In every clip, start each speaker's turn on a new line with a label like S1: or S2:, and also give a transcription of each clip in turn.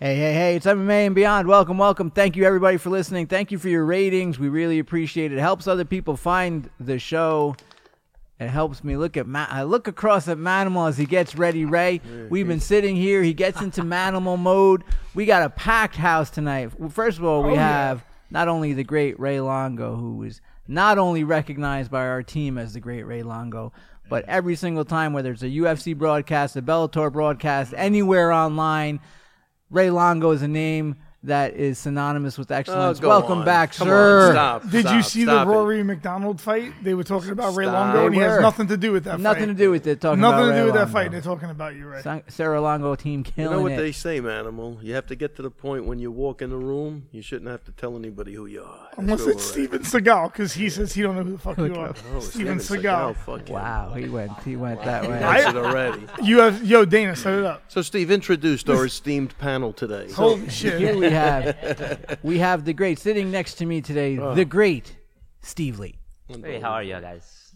S1: Hey, hey, hey, it's MMA and Beyond. Welcome, welcome. Thank you, everybody, for listening. Thank you for your ratings. We really appreciate it. It helps other people find the show. It helps me look at Ma- I look across at Manimal as he gets ready. Ray, we've been sitting here. He gets into Manimal mode. We got a packed house tonight. Well, First of
S2: Oh,
S1: all, we have not only the great Ray Longo, who is not only recognized by our team as the great Ray Longo, but every single time, whether it's a UFC broadcast, a Bellator broadcast, anywhere online, Ray Longo is a name that is synonymous
S2: Oh,
S1: with excellence.
S3: go
S1: Welcome
S3: on.
S1: back,
S3: Come
S1: sir.
S3: on, stop,
S2: Did you
S3: stop,
S2: see
S3: stop it.
S2: the Rory McDonald fight? They were talking about Ray
S3: Stop.
S2: Longo, and
S1: They
S2: he has
S1: were.
S2: nothing to do with that.
S1: Nothing
S2: fight.
S1: to do with it. Talking
S2: Nothing
S1: about
S2: to
S1: Ray
S2: do with that
S1: Longo.
S2: fight. They're talking about you, Ray.
S1: Sa- Sarah Longo team
S3: You
S1: killing
S3: know what
S1: it.
S3: they say, Manimal? You have to get to the point when you walk in the room, you shouldn't have to tell anybody who you are. That's
S2: Unless
S3: where
S2: it's
S3: we're at.
S2: Steven Seagal, because he says he don't know who the fuck you are.
S3: Oh,
S2: Steven
S3: Seagal.
S2: Seagal.
S3: oh, Fuck you.
S1: Wow, he went. He went that way.
S3: That's it already.
S2: You have yo Dana set it up.
S3: So, Steve, introduced our esteemed panel today.
S2: Holy
S1: Here we
S2: shit!
S1: have, we have the great sitting next to me today, the great Steve Lee.
S4: Hey, how are you guys?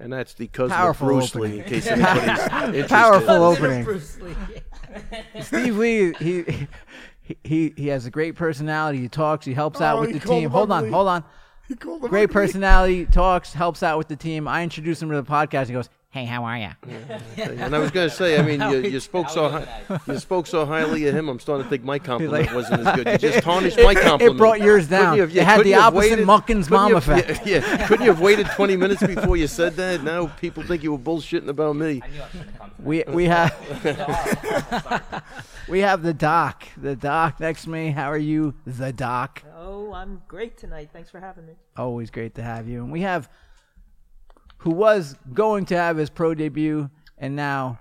S3: And that's the cousin
S1: Powerful
S3: of Bruce
S1: opening.
S3: Lee, in case anybody's interested.
S1: Powerful opening. Steve Lee, he, he he he has a great personality. He talks. He helps out
S2: Oh,
S1: with
S2: he
S1: the
S2: called
S1: team.
S2: him
S1: Hold on,
S2: ugly.
S1: hold on.
S2: He called him
S1: Great
S2: ugly.
S1: personality. Talks. Helps out with the team. I introduced him to the podcast. He goes, "Hey, how are you?"
S3: And I was going to say, I mean, you, you spoke so high, you spoke so highly of him. I'm starting to think my compliment
S1: like-
S3: wasn't as good. You just tarnished my compliment.
S1: brought yours
S3: Couldn't
S1: down.
S3: you have-
S1: It had
S3: couldn't
S1: the
S3: you have
S1: opposite
S3: waited-
S1: Muckins
S3: couldn't
S1: Mom
S3: you have-
S1: effect.
S3: Yeah, yeah. couldn't you have waited 20 minutes before you said that? Now people think you were bullshitting about me.
S1: We we have we have the doc. The doc next to me. How are you, the doc?
S5: Oh, I'm great tonight. Thanks for having me.
S1: Always great to have you. And we have who was going to have his pro debut and now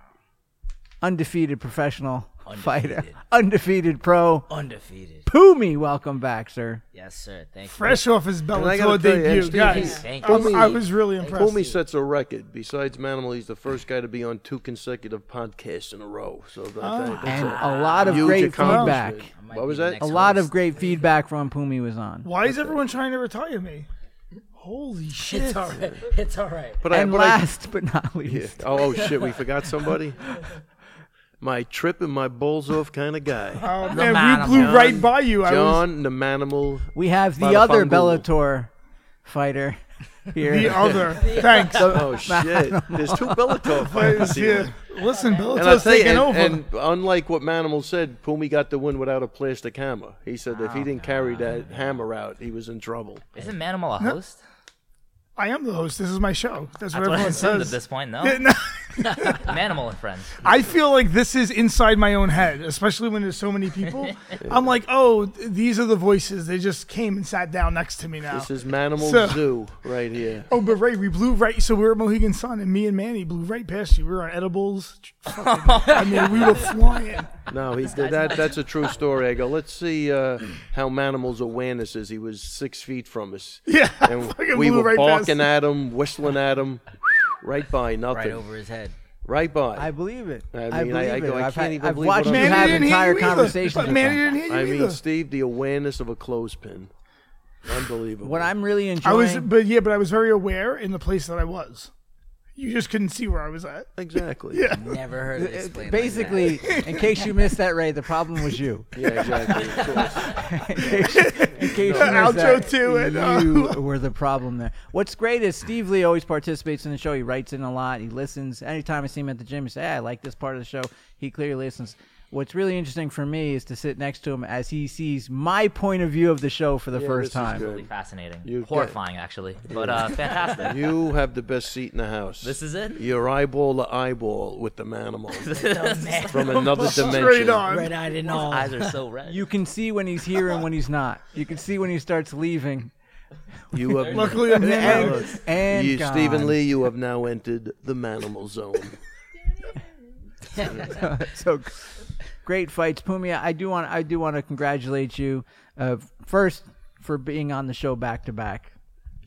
S1: undefeated professional fighter,
S4: Undefeated.
S1: undefeted pro.
S4: Undefeated.
S1: Pumi, welcome back, sir.
S4: Yes, sir. Thank
S2: Fresh off his
S3: I gotta
S2: Bellator
S3: tell you,
S2: debut,
S3: Steve,
S2: guys.
S4: thank
S2: I'm-
S4: you.
S2: I was really
S3: Pull
S2: impressed.
S3: me sets a record. Besides Manimal, he's the first guy to be on two consecutive podcasts in a row. So that,
S2: Ah.
S3: that, that's
S1: And a
S3: a
S1: lot of
S3: huge
S1: great feedback.
S3: accomplishment.
S4: I might
S3: What
S4: be
S3: was
S4: the
S3: that?
S4: next
S1: A lot of
S4: host.
S1: great feedback from Pumi was on.
S2: Why is everyone trying to retire me? Holy shit!
S4: It's all right. It's all right.
S3: But
S1: And
S3: but I-
S1: last but not least,
S3: Oh, oh, shit, we forgot somebody. My trip and my balls off kind of guy.
S2: Oh, man, we blew right by you. I was
S3: John the Manimal.
S1: we have the
S3: Bada
S1: other
S3: bang, boom.
S1: Bellator fighter here.
S2: the other. Thanks.
S3: Oh shit! There's two Bellator fighters
S2: Guys,
S3: here.
S2: yeah. Listen,
S3: And I
S2: Bellator's
S3: tell you,
S2: taking
S3: and,
S2: over.
S3: and unlike what Manimal said, Pumi got the win without a plastic hammer. He said
S2: Oh,
S3: if he didn't carry that hammer out, he was in trouble.
S4: Isn't Manimal a host?
S2: I am the host. This is my show. That's what
S4: That's what I
S2: everyone
S4: assumed at
S2: says.
S4: this point, no?
S2: Yeah, no.
S4: Manimal and friends.
S2: I feel like this is inside my own head, especially when there's so many people. I'm like, oh, th- these are the voices. They just came and sat down next to me now.
S3: This is Manimal
S2: Oh. So-
S3: Zoo right here.
S2: oh, but Ray, we blew right. So we were at Mohegan Sun, and me and Manny blew right past you. We were on edibles. Fucking- I mean, we were flying.
S3: No, he did that. That's a true story. I go, let's see uh, how Manimal's awareness is. He was six feet from us.
S2: Yeah, I
S3: and
S2: fucking
S3: we
S2: blew
S3: were
S2: right past
S3: barking at him, whistling at him, right by
S4: Right
S3: nothing, right,
S4: over his head.
S3: by.
S1: I believe it.
S3: I mean,
S1: I believe
S3: I- I
S1: it.
S3: go, I
S1: I've,
S3: can't
S1: had-
S3: even
S1: I've
S3: believe
S1: watched
S3: what
S1: you
S3: I'm-
S2: Manny
S1: have
S2: didn't
S1: entire
S2: hear you either.
S1: conversations.
S2: But
S1: with
S2: Manny
S1: them.
S2: didn't hear you
S3: I mean,
S2: either.
S3: Steve, the awareness of a clothespin, unbelievable.
S1: What I'm really
S2: I
S1: enjoying.
S2: was, but yeah, but I was very aware in the place that I was. You just couldn't see where I was at.
S3: exactly. Yeah.
S4: Never heard of this. plane like that.
S1: Basically, in case you missed that, Ray, the problem was you.
S3: exactly. of course.
S1: In case, in case you missed
S2: Outro
S1: that,
S2: to it, uh.
S1: you were the problem there. What's great is Steve Lee always participates in the show. He writes in a lot. He listens. Anytime I see him at the gym, he says, hey, I like this part of the show. He clearly listens. What's really interesting for me is to sit next to him as he sees my point of view of the show for the
S3: this
S1: first
S3: is
S1: time.
S3: good.
S4: Really fascinating.
S3: You get-
S4: Horrifying, actually. But uh, fantastic.
S3: You have the best seat in the house.
S4: This is it?
S3: Your eyeball to eyeball with the manimal from another dimension.
S2: Straight on.
S5: Red eyed and all.
S4: Eyes are so red.
S1: You can see when he's here and when he's not. You can see when he starts leaving.
S3: You have
S2: Luckily, I'm
S1: And,
S2: here.
S1: and
S3: you, Stephen
S1: gone.
S3: Lee, you have now entered the manimal zone.
S1: so g- great fights, Pumia. I do want I do want to congratulate you uh, first for being on the show back to back.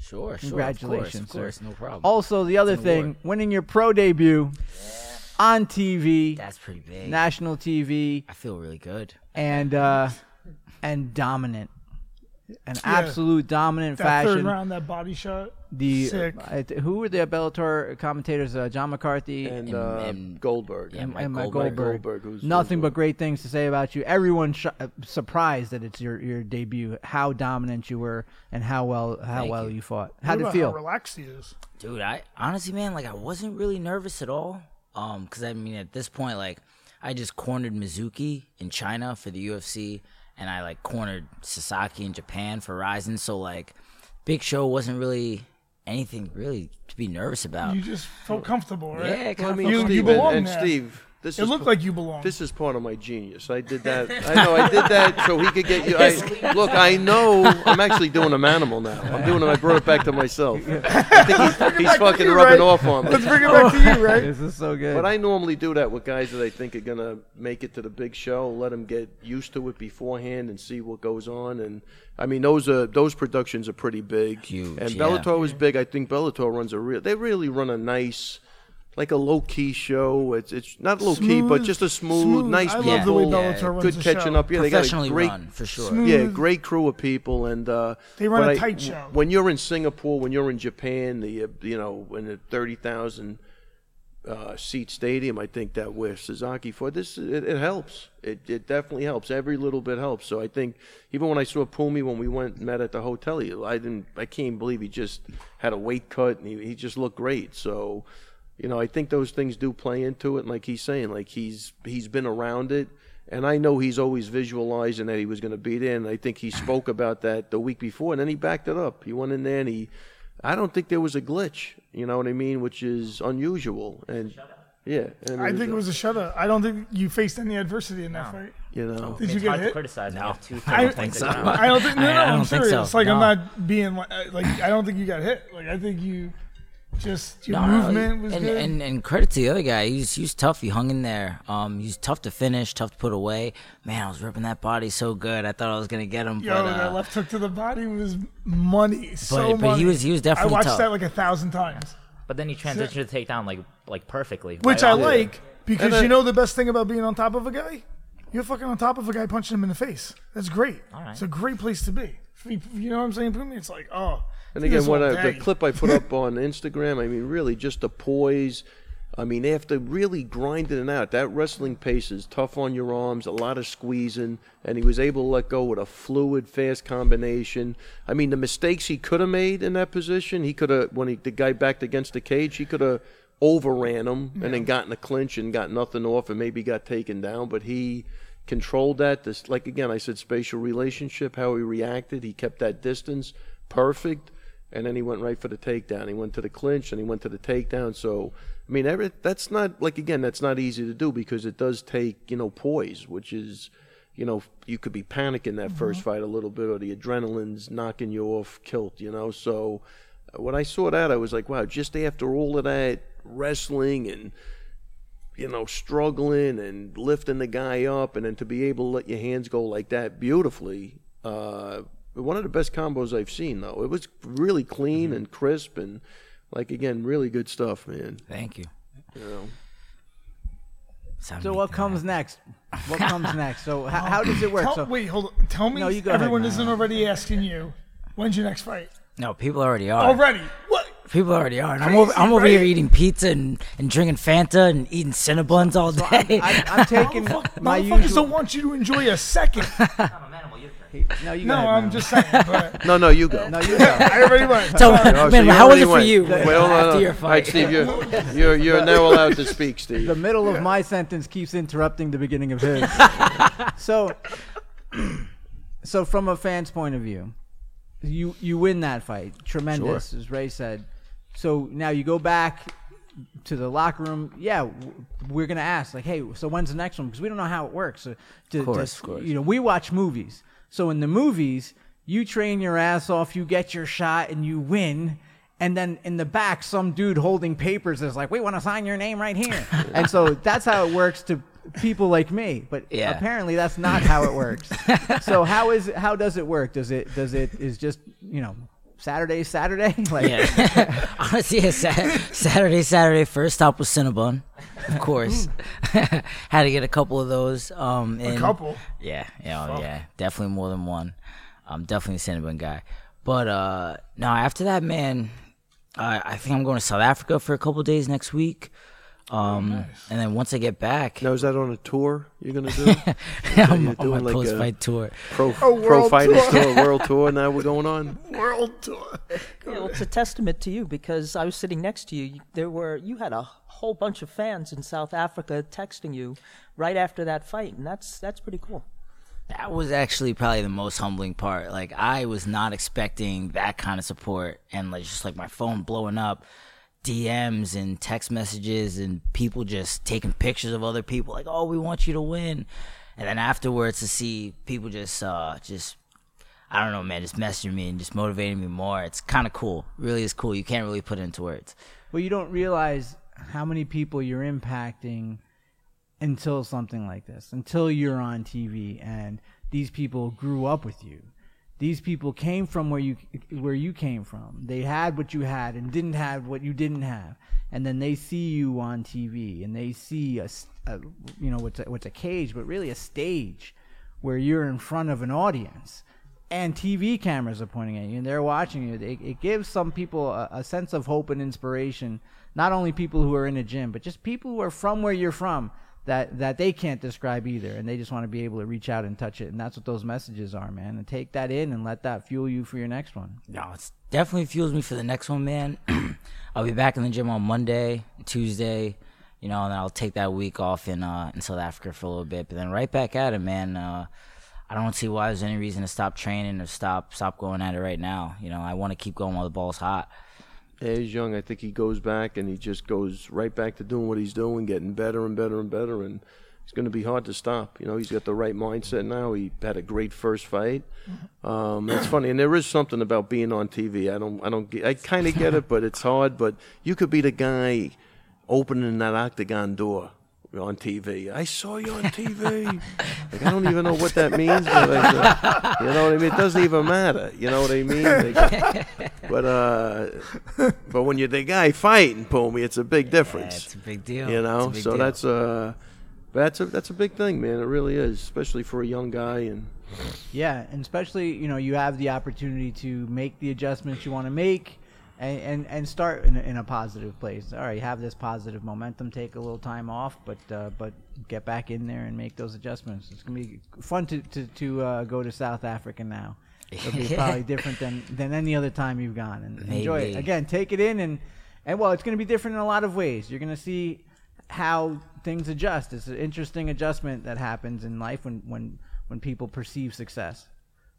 S4: Sure, sure.
S1: Congratulations,
S4: of course, of course,
S1: sir.
S4: No problem.
S1: Also, the other
S4: It's an award.
S1: thing, winning your pro debut on TV,
S4: That's pretty big.
S1: national TV,
S4: I feel really good.
S1: and uh, and dominant. an absolute dominant
S2: That
S1: fashion.
S2: third round, that body shot.
S1: The
S2: Sick.
S1: I th- who were the Bellator commentators? Uh, John McCarthy
S3: and uh,
S4: and-
S3: Goldberg.
S4: yeah, Mike
S1: and Mike
S4: Goldberg.
S1: Goldberg.
S3: Goldberg, who's-
S1: Nothing
S3: who's-
S1: but great things to say about you. Everyone sh- uh, surprised that it's your, your debut. How dominant you were, and how well how
S4: Thank
S1: well
S4: you.
S1: you fought. How'd
S2: What
S1: it
S2: about
S1: feel?
S2: How relaxed he is.
S4: dude i honestly man like i wasn't really nervous at all um because i mean at this point like i just cornered mizuki in china for the ufc and i like cornered sasaki in japan for rising so like big show wasn't really anything really to be nervous about
S2: You just felt comfortable, right?
S4: yeah
S3: I
S4: kind
S3: mean,
S4: of
S2: You-
S3: Steve,
S2: you
S3: and-
S2: belong
S3: and,
S2: there.
S3: Steve. This
S2: It
S3: is
S2: looked like you belonged.
S3: This is part of my genius. I did that. I know I did that so he could get you. I, look, I know I'm actually doing a manimal now. I'm doing it. I brought it back to myself. I think he's, he's fucking
S2: you,
S3: rubbing
S2: right?
S3: off on
S2: Let's
S3: me.
S2: bring it back to you, right?
S1: This is so good.
S3: But I normally do that with guys that I think are gonna make it to the big show. Let them get used to it beforehand and see what goes on. And I mean, those are those productions are pretty big.
S4: Huge,
S3: And
S4: yeah.
S3: Bellator was big. I think Bellator runs a real. They really run a nice. Like a low key show, it's it's not low key, but
S2: Smooth-
S3: just a smooth, nice.
S2: I love
S4: Yeah.
S2: the way
S3: people
S4: Yeah,
S2: Bellator runs
S3: good
S2: the
S3: catching
S2: show. Mm.
S3: up. Yeah, they got
S4: professionally
S3: a great,
S4: run for sure
S3: yeah, great crew of people, and uh,
S2: They run
S3: but
S2: a
S3: I-
S2: tight show.
S3: When you're in Singapore, when you're in Japan, the uh, you know when the thirty thousand uh, seat stadium, I think that with Suzuki for this, it, it helps. It, it definitely helps. Every little bit helps. So I think even when I saw Pumi when we went and met at the hotel, he, I didn't, I can't believe he just had a weight cut and he, he just looked great. So. You know, I think those things do play into it. And like he's saying, like he's he's been around it, and I know he's always visualizing that he was going to beat in. I think he spoke about that the week before, and then he backed it up. He went in there and he, I don't think there was a glitch. You know what I mean? Which is unusual. And yeah, and
S2: I think it was a shutout. I don't think you faced any adversity in that fight.
S3: you know.
S2: Did you
S4: it's
S2: get
S4: hard to
S2: hit?
S4: criticize no. two
S2: I
S4: things
S2: think
S4: so
S2: I don't think. No, no,
S4: I-
S2: I,
S4: I
S2: am
S4: don't think
S2: serious.
S4: so.
S2: Like I'm
S4: No.
S2: not being like, uh, like I don't think you got hit. Like I think you just your
S4: No, no,
S2: movement was
S4: and,
S2: good.
S4: And, and credit to the other guy. He's he's tough. He hung in there. Um, he's tough to finish, tough to put away. Man, I was ripping that body so good. I thought I was gonna get him.
S2: Yo,
S4: but,
S2: that
S4: uh,
S2: left hook to the body was money. So
S4: but he
S2: money.
S4: was- he was definitely
S2: I watched
S4: tough.
S2: that like a thousand times,
S6: But then you transition to takedown like like perfectly.
S2: which
S6: right
S2: I
S6: off.
S2: like because
S3: And, uh,
S2: you know the best thing about being on top of a guy, you're fucking on top of a guy punching him in the face. That's great.
S6: right.
S2: It's a great place to be. You you know what I'm saying, Pumi? It's like oh.
S3: And
S2: do
S3: again,
S2: this
S3: when
S2: all
S3: I, the
S2: day.
S3: clip I put up on Instagram, I mean, really just the poise. I mean, after really grinding it out, that wrestling pace is tough on your arms, a lot of squeezing, and he was able to let go with a fluid, fast combination. I mean, the mistakes he could have made in that position, he could have, when he, the guy backed against the cage, he could have overran him and then gotten a clinch and got nothing off and maybe got taken down, but he controlled that. This, like again, I said, spatial relationship, how he reacted, he kept that distance perfect and then he went right for the takedown. He went to the clinch and he went to the takedown. So, I mean, every, that's not like again, that's not easy to do because it does take you know poise, which is, you know, you could be panicking that first fight a little bit, or the adrenaline's knocking you off kilt, you know. So, uh, when I saw that, I was like, wow, just after all of that wrestling and you know, struggling and lifting the guy up, and then to be able to let your hands go like that beautifully. Uh, one of the best combos I've seen, though. It was really clean and crisp, and like again, really good stuff, man.
S4: Thank you. Sound
S1: so
S4: me.
S1: what comes next? What comes next? So how, how does it work?
S2: Tell,
S1: so
S2: wait, hold on. Tell me
S1: No, you go ahead,
S2: everyone
S1: man.
S2: isn't already asking you when's your next fight?
S4: No, people already are.
S2: Already. What?
S4: People already are. And I'm over, I'm over
S2: right?
S4: here eating pizza and, and drinking Fanta and eating Cinnabons all day.
S1: I, I'm taking
S2: Fuck,
S1: my
S2: motherfuckers
S1: usual.
S2: don't want you to enjoy a second.
S1: No, you go
S2: No,
S1: ahead,
S2: I'm
S1: Manuel.
S2: just saying. But
S3: No, no, you go.
S1: No, you go.
S2: I already went.
S4: so,
S3: Oh, so
S4: man,
S3: you
S4: how
S3: already
S4: was it for
S3: went.
S4: you?
S3: Well,
S4: after
S3: uh,
S4: your
S3: all right,
S4: fight,
S3: Steve, you're you're, you're now allowed to speak,
S1: the
S3: Steve.
S1: middle of my sentence keeps interrupting the beginning of his. so, so from a fan's point of view, you you win that fight, tremendous, as Ray said. So now you go back to the locker room. Yeah, w- we're gonna ask like, hey, so when's the next one? Because we don't know how it works. So to,
S4: course,
S1: to-
S4: of course.
S1: you know, we watch movies. So in the movies, you train your ass off, you get your shot, and you win. And then in the back, some dude holding papers is like, "We want to sign your name right here." and so that's how it works to people like me. But
S4: Yeah.
S1: apparently, that's not how it works. so how is how does it work? Does it does it is just you know Saturday Saturday like
S4: Yeah. Honestly, yeah, Sat- Saturday, Saturday, first stop was Cinnabon, of course. Had to get a couple of those. Um, in-
S2: couple?
S4: Yeah, yeah, oh, yeah, definitely more than one. I'm definitely a Cinnabon guy. But uh, no, after that, man, uh, I think I'm going to South Africa for a couple days next week. Um, And then once I get back,
S3: Now is that on a tour you're gonna do?
S4: I'm
S3: you're
S4: on my
S3: doing like a-
S4: post fight tour.
S3: pro pro
S2: world
S3: fighters
S2: tour.
S3: tour, world tour. Now we're going on.
S2: World tour.
S5: Yeah, well, it's a testament to you because I was sitting next to you. You- There were you had a whole bunch of fans in South Africa texting you right after that fight, and that's that's pretty cool.
S4: That was actually probably the most humbling part. Like I was not expecting that kind of support, and like just like my phone blowing up, DMs and text messages, and people just taking pictures of other people. Like, oh, we want you to win, and then afterwards to see people just, uh, just I don't know, man, just messaging me and just motivating me more. It's kind of cool. Really is cool. You can't really put it into words.
S1: Well, you don't realize how many people you're impacting until something like this, until you're on TV and these people grew up with you. These people came from where you where you came from. They had what you had and didn't have what you didn't have. And then they see you on TV and they see a, s- a- you know what's a, what's a cage, but really a stage where you're in front of an audience and TV cameras are pointing at you and they're watching you. It, it gives some people a, a sense of hope and inspiration. Not only people who are in a gym, but just people who are from where you're from that that they can't describe either, and they just want to be able to reach out and touch it. And that's what those messages are, man. And take that in and let that fuel you for your next one.
S4: No, it's definitely fuels me for the next one, man. I'll be back in the gym on Monday, Tuesday, you know, and I'll take that week off in uh, in South Africa for a little bit, but then right back at it, man. Uh, I don't see why there's any reason to stop training or stop stop going at it right now. You know, I want to keep going while the ball's hot.
S3: As young, I think he goes back and he just goes right back to doing what he's doing, getting better and better and better, and it's going to be hard to stop. You know, he's got the right mindset now. He had a great first fight. Um, that's funny, and there is something about being on TV. I don't, I don't, get, I kind of get it, but it's hard. But you could be the guy opening that octagon door on TV. I saw you on TV. like I don't even know what that means, but I, uh, you know what I mean. It doesn't even matter. You know what I mean? Like, but uh, but when you're the guy fighting, Pumi, it's a big difference.
S4: it's a big deal.
S3: You know,
S4: It's a big
S3: so
S4: deal.
S3: that's uh, but that's a that's a big thing, man. It really is, especially for a young guy. And
S1: Yeah, and especially you know you have the opportunity to make the adjustments you want to make, and and, and start in a, in a positive place. All right, have this positive momentum. Take a little time off, but uh, but get back in there and make those adjustments. It's gonna be fun to to, to uh, go to South Africa now. It'll be probably different than than any other time you've gone, and enjoy it
S4: Maybe.
S1: again. Take it in and and well, it's gonna be different in a lot of ways. You're gonna see how things adjust. It's an interesting adjustment that happens in life when when when people perceive success.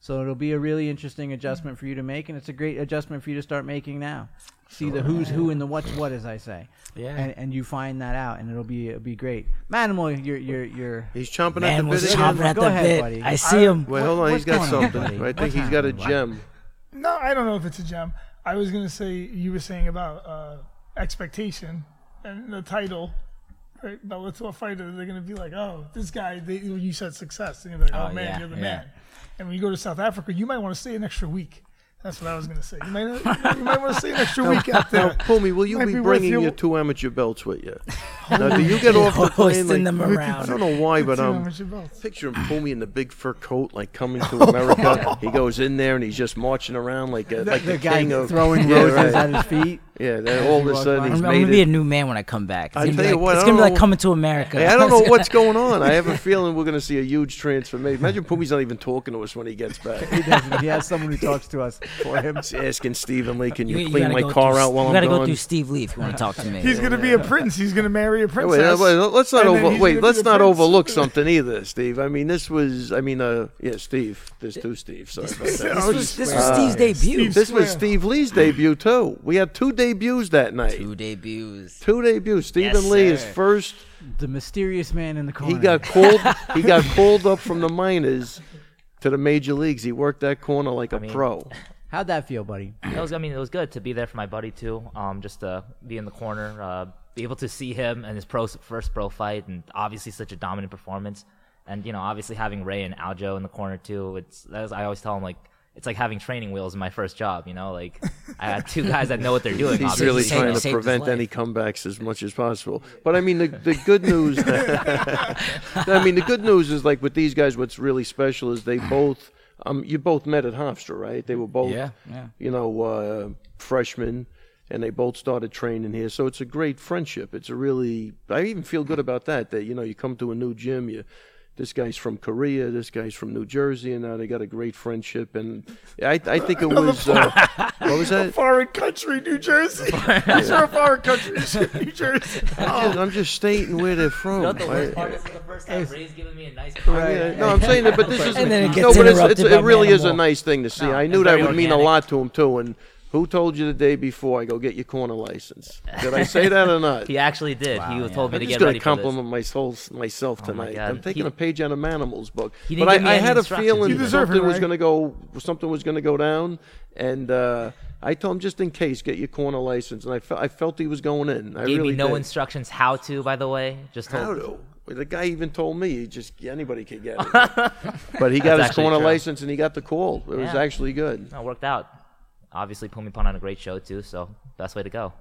S1: So it'll be a really interesting adjustment for you to make, and it's a great adjustment for you to start making now. See the who's who and the what's what, as I say.
S4: Yeah.
S1: And, and you find that out, and it'll be it'll be great. Manimal, you're you're you're.
S3: he's chomping at
S4: Man
S3: the
S4: was
S3: bit.
S4: chomping
S3: Again.
S4: at
S1: Go
S4: the
S1: ahead,
S4: bit.
S1: buddy.
S4: I see him.
S3: Wait, hold on.
S1: What-
S3: He's got
S1: what's going on,
S3: something.
S1: buddy?
S3: I think
S1: What's
S3: he's got a
S1: happening?
S3: gem.
S2: No, I don't know if it's a gem. I was gonna say you were saying about uh, expectation and the title. Right, Bellator fighter, they're gonna be like, "Oh, this guy." They, you said success. They're gonna be like, "Oh,
S4: Oh,
S2: man,
S4: yeah,
S2: you're the
S4: yeah.
S2: man." And when you go to South Africa, you might want to stay an extra week. That's what I was gonna say. You might, you might want to stay an extra week out there.
S3: Pumi, will you
S2: Might
S3: be,
S2: be worth
S3: bringing
S2: your-
S3: your two amateur belts with you? now, do you get off the plane?
S4: Hoisting them
S3: I
S4: around.
S3: don't know why, but
S2: See how
S3: um,
S2: much it belts.
S3: picturing Pumi in the big fur coat, like coming to America. he goes in there and he's just marching around like a, like
S1: the
S3: the,
S1: guy
S3: king of
S1: throwing
S3: yeah,
S1: roses
S3: right.
S1: at his feet.
S3: Yeah, then all of a
S1: walk by.
S3: sudden he's
S4: I'm, I'm gonna
S3: made
S4: be
S3: it.
S4: a new man when I come back. It's
S3: I
S4: gonna
S3: tell
S4: be
S3: you
S4: like,
S3: what,
S4: it's
S3: I
S4: gonna be
S3: don't
S4: like
S3: know-
S4: coming to America.
S3: Hey, I don't know what's going on. I have a feeling we're going to see a huge transformation. Imagine Pumi's not even talking to us when he gets back.
S1: He doesn't. He has someone who talks to us for him.
S3: He's asking Stephen Lee, can you,
S4: You- you
S3: clean
S4: gotta
S3: my
S4: go
S3: car
S4: through-
S3: out while
S4: you
S3: I'm
S4: gotta
S3: gone?
S4: go through Steve Lee if you want to talk to me.
S2: He's gonna be a prince. He's gonna marry a
S3: Wait,
S2: princess.
S3: wait, let's not
S2: And then
S3: over,
S2: he's
S3: wait.
S2: gonna be
S3: Let's
S2: the
S3: not
S2: prince.
S3: overlook something either, Steve. I mean, this was. I mean, uh, yeah, Steve. There's two Steve. Sorry about
S2: Oh,
S3: that.
S4: this was, this was Steve's debut.
S2: Steve's-
S3: This was
S2: Swear.
S3: Steve Lee's debut too. We had two debuts that night.
S4: Two debuts.
S3: Two debuts. Stephen
S4: Yes,
S3: Lee is
S4: sir.
S3: first.
S1: The mysterious man in the corner.
S3: He got called. he got called up from the minors to the major leagues. He worked that corner like a
S6: mean-
S3: pro.
S1: How'd that feel, buddy?
S6: It was, I mean, it was good to be there for my buddy too. Um, just to be in the corner, uh, be able to see him and his pro first pro fight, and obviously such a dominant performance. And you know, obviously having Ray and Aljo in the corner too. It's that is, I always tell him like it's like having training wheels in my first job. You know, like I had two guys that know what they're doing.
S3: He's
S4: Obviously,
S3: really
S4: saved-
S3: trying to
S4: saved his
S3: prevent
S4: life.
S3: any comebacks as much as possible. But I mean, the, the good news. I mean, the good news is like with these guys, what's really special is they both um, you both met at Hofstra, right? They were both,
S4: Yeah, yeah.
S3: you know, uh, freshmen, and they both started training here. So it's a great friendship. It's a really, I even feel good about that. That you know, you come to a new gym, you, this guy's from Korea, this guy's from New Jersey, and now they got a great friendship. And I, I think it was, uh, what was that?
S2: Foreign country, New Jersey. These are foreign countries, New Jersey.
S3: I'm just- I'm just stating where they're from.
S6: Not the
S3: I-
S6: worst part. This is the first time Ray's giving me a nice.
S3: Yeah, no, I'm saying that, but this is
S5: And then it
S3: no,
S5: gets
S3: but it's, it's,
S5: interrupted by
S3: it really is a
S5: Manimal.
S3: nice thing to see. I
S6: and
S3: knew that
S6: very
S3: would mean a
S6: organic.
S3: lot to him too. And who told you the day before I go get your corner license? Did I say that or not?
S6: He actually did. he was told me
S3: I'm
S6: to
S3: just
S6: get
S3: gonna
S6: ready for
S3: compliment
S6: this. Oh
S3: myself myself tonight.
S6: God.
S3: I'm taking
S6: He-
S3: a page out of Manimal's book,
S6: He didn't
S3: but I,
S6: give me
S3: I
S6: any
S3: had a
S6: instructions
S3: feeling
S6: either. You
S2: deserve it,
S3: something was
S2: Ray.
S3: going to go. Something was going to go down, and uh, I told him just in case, get your corner license. And I, fe- I felt he was going in. I
S6: Gave
S3: really
S6: me no
S3: did.
S6: instructions how to, by the way. Just told
S3: How to? The guy even told me he just anybody could get it. but he got
S6: That's
S3: his corner
S6: actually true.
S3: license and he got the call. It was
S6: Yeah.
S3: actually good.
S6: No, it worked out. Obviously, Pumi put on a great show too, so best way to go.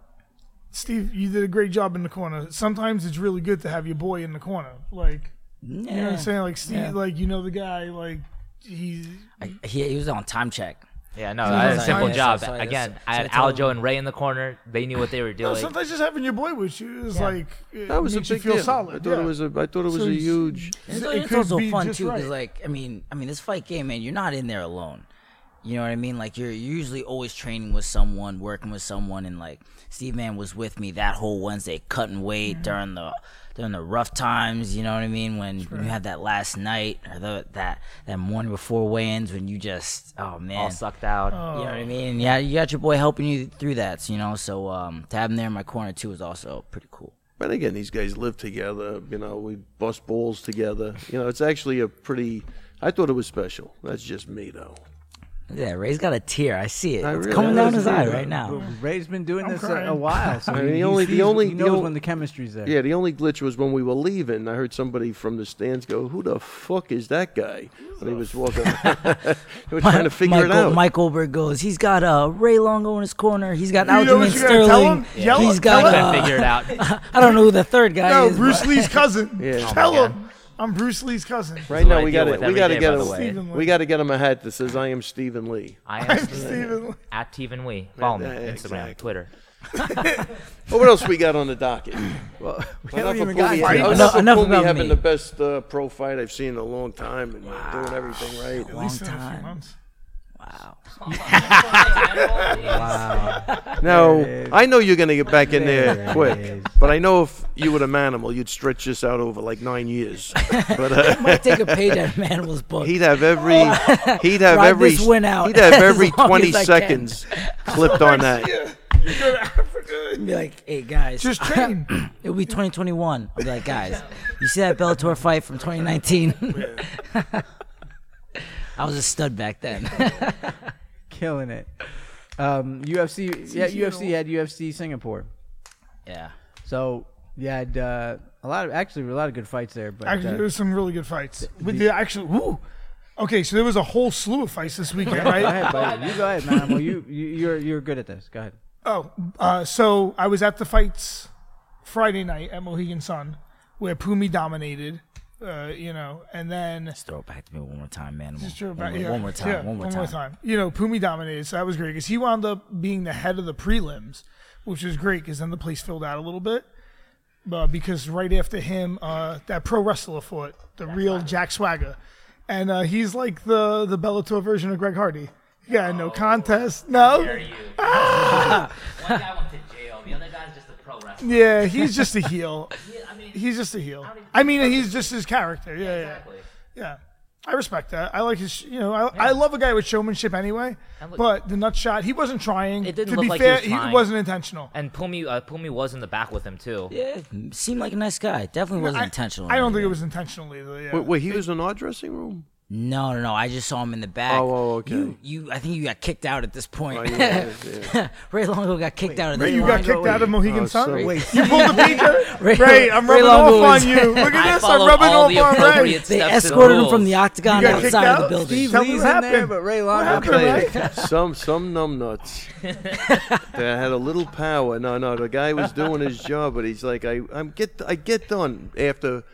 S2: Steve, you did a great job in the corner. Sometimes it's really good to have your boy in the corner. Like, you know what I'm saying? Like, Steve, like, you know the guy, like, he's.
S4: I, he, he was on time check.
S6: Yeah, no, I had a
S4: sorry,
S6: simple
S4: yeah,
S6: job.
S4: sorry, sorry,
S6: Again,
S4: sorry,
S6: I had
S4: sorry,
S6: Aljo and Ray in the corner. They knew what they were doing.
S2: oh, sometimes just having your boy with you is like. It
S3: That was
S2: makes
S3: a
S2: you
S3: big
S2: feel
S3: deal.
S2: solid.
S3: I thought
S2: yeah.
S3: it was a. I thought it was
S2: So
S3: a
S2: he's-
S3: huge.
S4: It's,
S2: it
S4: it's
S2: could
S4: also
S2: be
S4: fun
S2: just
S4: too, because
S2: right.
S4: like I mean, I mean, this fight game, man, you're not in there alone. You know what I mean? Like you're you're usually always training with someone, working with someone, and like Steve Man was with me that whole Wednesday, cutting weight during the during the rough times. You know what I mean? When you had that last night or the, that that morning before weigh-ins, when you just oh man,
S6: all sucked out.
S3: Oh.
S4: you know what I mean? Yeah, you got your boy helping you through that. You know, so um, to have him there in my corner too is also pretty cool.
S3: But again, these guys live together. You know, we bust balls together. You know, it's actually a pretty. I thought it was special. That's just me though.
S4: Yeah, Ray's got a tear. I see it.
S3: I
S4: it's
S3: really-
S4: coming
S3: I
S4: down his
S3: see
S4: eye
S3: it.
S4: right now.
S1: Ray's been doing this a,
S2: crying.
S1: a while, so
S3: I
S1: he,
S3: mean, the
S1: he
S3: only- the
S1: sees-
S3: only-
S1: he
S3: the
S1: knows
S3: only-
S1: when the chemistry's there.
S3: Yeah, the only glitch was when we were leaving. I heard somebody from the stands go, "Who the fuck is that guy?" When he was walking, they were trying to figure
S4: Michael,
S3: it out.
S4: Mike Olberg goes. He's got uh, Ray Longo in his corner. He's got
S2: You know
S4: Aljamain
S2: what you gotta
S4: Sterling.
S2: tell him? Yell-
S4: He's
S2: tell
S4: got.
S2: him.
S6: Trying to
S4: Uh,
S6: figure it out.
S4: I don't know who the third guy
S2: No,
S4: is.
S2: Bruce
S4: but-
S2: Lee's cousin.
S3: Yeah.
S2: Tell
S6: Oh my
S2: him. I'm Bruce Lee's cousin.
S3: right
S6: What
S3: now,
S6: I
S3: we got
S6: deal
S3: to
S6: with
S3: we
S6: every
S3: got to
S6: day,
S3: get
S6: by the
S3: him.
S6: way.
S2: Stephen Lee.
S3: We got to get him a hat that says "I am Stephen Lee."
S6: I
S2: I'm
S6: am
S2: Stephen.
S6: at Steven Wee. Follow me
S3: Yeah,
S6: on Instagram,
S3: exactly.
S6: Twitter.
S3: Well, what else we got on the docket?
S1: Well, we
S3: Enough
S1: haven't
S3: of
S1: even gotten
S3: Pumi,
S1: to
S3: enough
S1: it.
S4: Enough-
S3: of
S4: enough
S3: Pumi
S4: about
S3: having
S4: me.
S3: the best uh, pro fight I've seen in a long time and doing everything right.
S2: At least
S4: Long
S2: in a few
S4: time.
S2: months.
S3: Now, I know you're going to get back in
S1: There
S3: there
S1: it
S3: quick,
S1: is.
S3: but I know if you were a manimal, you'd stretch this out over like nine years. But uh,
S4: Might take a page out of Manimal's book.
S3: he'd have every he'd have
S4: Ride
S3: every
S4: this win out
S3: he'd have
S4: as
S3: every
S4: long as
S3: 20
S4: I can.
S3: seconds clipped on that.
S2: Go to Africa.
S4: be like, hey guys,
S2: Just train.
S4: it'll be 2021. I'll be like, guys, you see that Bellator fight from 2019? I was a stud back then.
S1: killing it. Um, UFC, yeah, UFC had UFC Singapore.
S4: yeah.
S1: So you had uh, a lot of actually a lot of good fights there. But
S2: Actually,
S1: uh,
S2: there was some really good fights. With the actual, woo. Okay, so there was a whole slew of fights this weekend, right?
S1: go ahead, buddy. You go ahead, man. Well, you, you you're you're good at this. Go ahead.
S2: Oh, uh, so I was at the fights Friday night at Mohegan Sun, where Pumi dominated. Uh, you know, and then
S4: Just throw it back to me one more time, Manimal.
S2: Just throw it back-
S4: One more-
S2: yeah,
S4: one more time.
S2: yeah,
S4: one more time.
S2: You know, Pumi dominated, so that was great because he wound up being the head of the prelims, which was great because then the place filled out a little bit. Uh, because right after him, uh, that pro wrestler fought the real Jack Swagger, and uh, he's like the the Bellator version of Greg Hardy. Yeah,
S4: Oh.
S2: no contest. No,
S6: One guy went to jail. The other guy's just a pro wrestler.
S2: Yeah, he's just a heel.
S6: I mean,
S2: He's just a heel. I mean, he's just his character. Yeah, yeah, yeah. I respect that. I like his. You know, I, I love a guy with showmanship anyway.
S6: And look-
S2: But the nut shot, he wasn't trying.
S6: It didn't
S2: to
S6: look
S2: be
S6: like he
S2: fair,
S6: was trying.
S2: wasn't intentional.
S6: And Pumi, uh, Pumi was in the back with him too.
S4: Yeah, seemed like a nice guy. Definitely wasn't
S2: I-
S4: intentional.
S2: I, don't think it was intentional either. Yeah.
S3: Wait, wait, he was in our dressing room?
S4: No, no, no. I just saw him in the back.
S3: Oh, oh, okay.
S4: You, you. I think you got kicked out at this point.
S3: Oh, yeah, yeah, yeah.
S4: Ray Longo got kicked out at this
S2: Ray, you got
S4: point.
S2: kicked out of Mohegan
S3: Oh,
S2: Sun.
S3: sorry.
S1: Wait,
S2: You pulled the pager. Ray, I'm
S4: Ray
S2: rubbing
S4: Longo
S2: off
S4: is-
S2: on you. Look
S6: I
S2: at this. I'm
S6: followed
S2: rubbing
S6: all the
S2: off on Ray.
S6: appropriate
S4: They
S6: steps and
S4: escorted him from
S6: rules.
S4: the octagon
S2: You got kicked
S4: outside of the
S2: out?
S4: building.
S1: Steve
S2: Tell me
S1: Lee's in
S2: what
S1: there,
S2: happened.
S1: but Ray
S3: I'll
S1: Longo.
S2: happened?
S3: tell you,
S2: Right.
S3: some some numbnuts that had a little power. No, no, the guy was doing his job, but he's like, I, I'm get, I get done after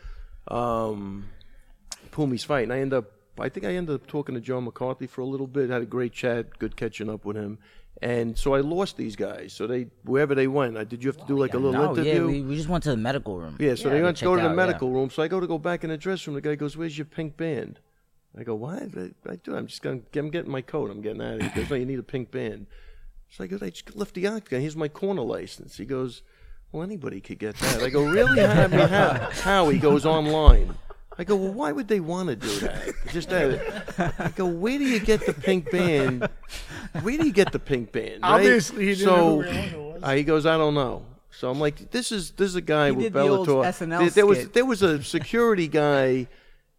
S3: um, Pumi's fight, and I end up I think I ended up talking to Joe McCarthy for a little bit. Had a great chat, good catching up with him. And so I lost these guys. So they wherever they went, I did you have to do like a little
S4: no,
S3: interview?
S4: yeah, we, we just went to the medical room.
S3: Yeah, so they
S4: we
S3: went to go
S4: checked
S3: to the
S4: out, yeah.
S3: medical room. So I go to go back in the dressing room. The guy goes, "Where's your pink band?" I go, "What? I, I do. I'm just gonna. I'm getting my coat. I'm getting out of here." He goes, "No, you need a pink band." So I go, "I just left the octagon. Here's my corner license." He goes, "Well, anybody could get that." I go, "Really? How- I mean, how, how?" He goes, "Online." I go, "Well, why would they want to do that?" Just that. I go, "Where do you get the pink band? Where do you get the pink band?" Right?
S2: Obviously, he didn't know
S3: so
S2: who Rihanna was.
S3: uh, he goes, "I don't know." So I'm like, "This is this is a guy with
S1: did the old
S3: Bellator."
S1: SNL
S3: there, there was
S1: skit.
S3: there was a security guy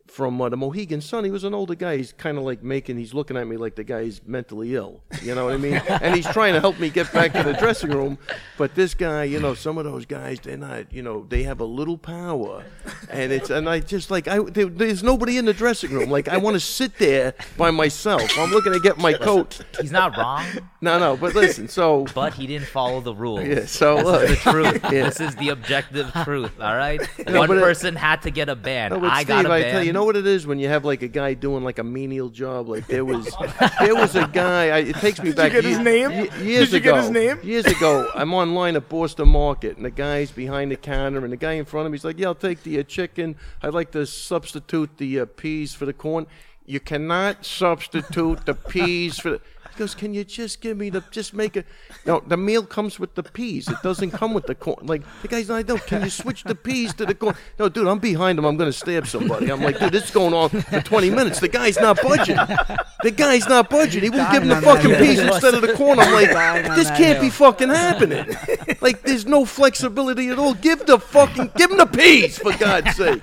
S3: from uh, the Mohegan Sun. He was an older guy. He's kind of like making. He's looking at me like the guy's mentally ill. You know what I mean? and he's trying to help me get back to the dressing room. But this guy, you know, some of those guys, they're not. You know, they have a little power, and it's and I just like I there, there's nobody in the dressing room. Like I want to sit there by myself. I'm looking to get my coat.
S6: He's not wrong,
S3: No, no. But listen, so.
S6: but he didn't follow the rules.
S3: Yeah, so
S6: This
S3: look.
S6: is the truth.
S3: Yeah.
S6: This is the objective truth. All right. One
S3: but it-
S6: person had to get a ban.
S3: No, but
S6: I
S3: Steve,
S6: got a
S3: I
S6: ban.
S3: tell you, you know what it is when you have like a guy doing like a menial job. Like there was, there was a guy. I, it takes me back.
S2: get his
S3: ye-
S2: name?
S3: ye- years
S2: Did you
S3: ago,
S2: get his name?
S3: Years ago, I'm online at Boston Market, and the guy's behind the counter, and the guy in front of me, he's like, "Yeah, I'll take the uh, chicken. I'd like to substitute the uh, peas for the corn. You cannot substitute the peas for." the... He goes, "Can you just give me the just make a? No, the meal comes with the peas. It doesn't come with the corn. Like the guy's like, no. Can you switch the peas to the corn? No, dude, I'm behind him. I'm gonna stab somebody. I'm like, dude, this is going on for 20 minutes. The guy's not budging. The guy's not budging. He was giving the
S1: Dying on
S3: fucking
S1: that
S3: peas
S1: hill.
S3: instead of the corn. I'm like,
S1: Dying on
S3: this
S1: that
S3: can't be
S1: hill.
S3: fucking happening. Like, there's no flexibility at all. Give the fucking, give him the peas for God's sake.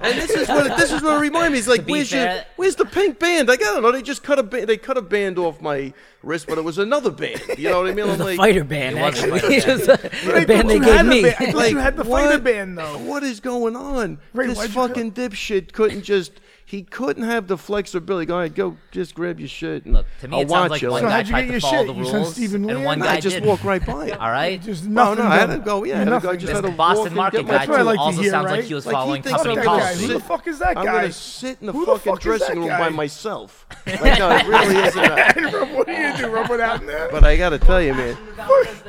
S3: And this is what this is what it reminded me. He's like,
S6: be
S3: where's your,
S6: fair-
S3: where's the pink band? Like, I don't know. They just cut a ba- they cut a band off my wrist, but it was another band. You know what I mean? I'm like,
S5: Fighter band,
S6: wasn't
S5: actually. Just a-
S3: Right,
S5: a band
S3: but
S5: they
S3: you
S5: gave
S3: had a
S5: me.
S3: band.
S2: I thought
S3: Like,
S2: you had the fighter
S3: what?
S2: band though.
S3: What is going on?
S2: Ray,
S3: this
S2: why'd you cut-
S3: fucking dipshit couldn't just. He couldn't have the flexibility. Go ahead, go. Just grab your shit. And
S6: Look, to me,
S3: I'll
S6: it sounds
S3: watch
S6: like
S3: it.
S6: one
S2: So
S6: guy
S2: how'd you
S6: tried
S2: get
S6: to
S2: your
S6: follow
S2: shit?
S6: the
S2: You
S6: rules,
S2: sent Stephen
S6: and
S2: Lee?
S6: one
S3: No,
S2: No,
S6: guy
S3: I just
S6: didn't.
S3: walk right by it.
S6: All right.
S2: Just
S3: No,
S2: nothing.
S3: Oh, no, I had
S2: done.
S3: to go. Yeah, I had to go. I
S2: Nothing
S3: just
S2: done.
S3: had to
S6: This
S3: walk
S6: Boston
S3: and
S6: market
S3: get my
S6: guy
S2: That's what I
S6: too
S2: like to
S6: also
S2: hear,
S6: sounds
S2: right?
S6: like he was
S3: Like, he
S6: following
S3: thinks
S6: company
S2: that
S3: gonna
S2: guy.
S6: policy.
S2: Who the fuck is that
S3: I'm
S2: guy?
S3: gonna sit in the
S2: Who the
S3: fucking
S2: fuck is that
S3: dressing room
S2: guy?
S3: by myself. Like, no, it really isn't. that.
S2: what do you do? Rub it out in there?
S3: But I gotta tell you, man.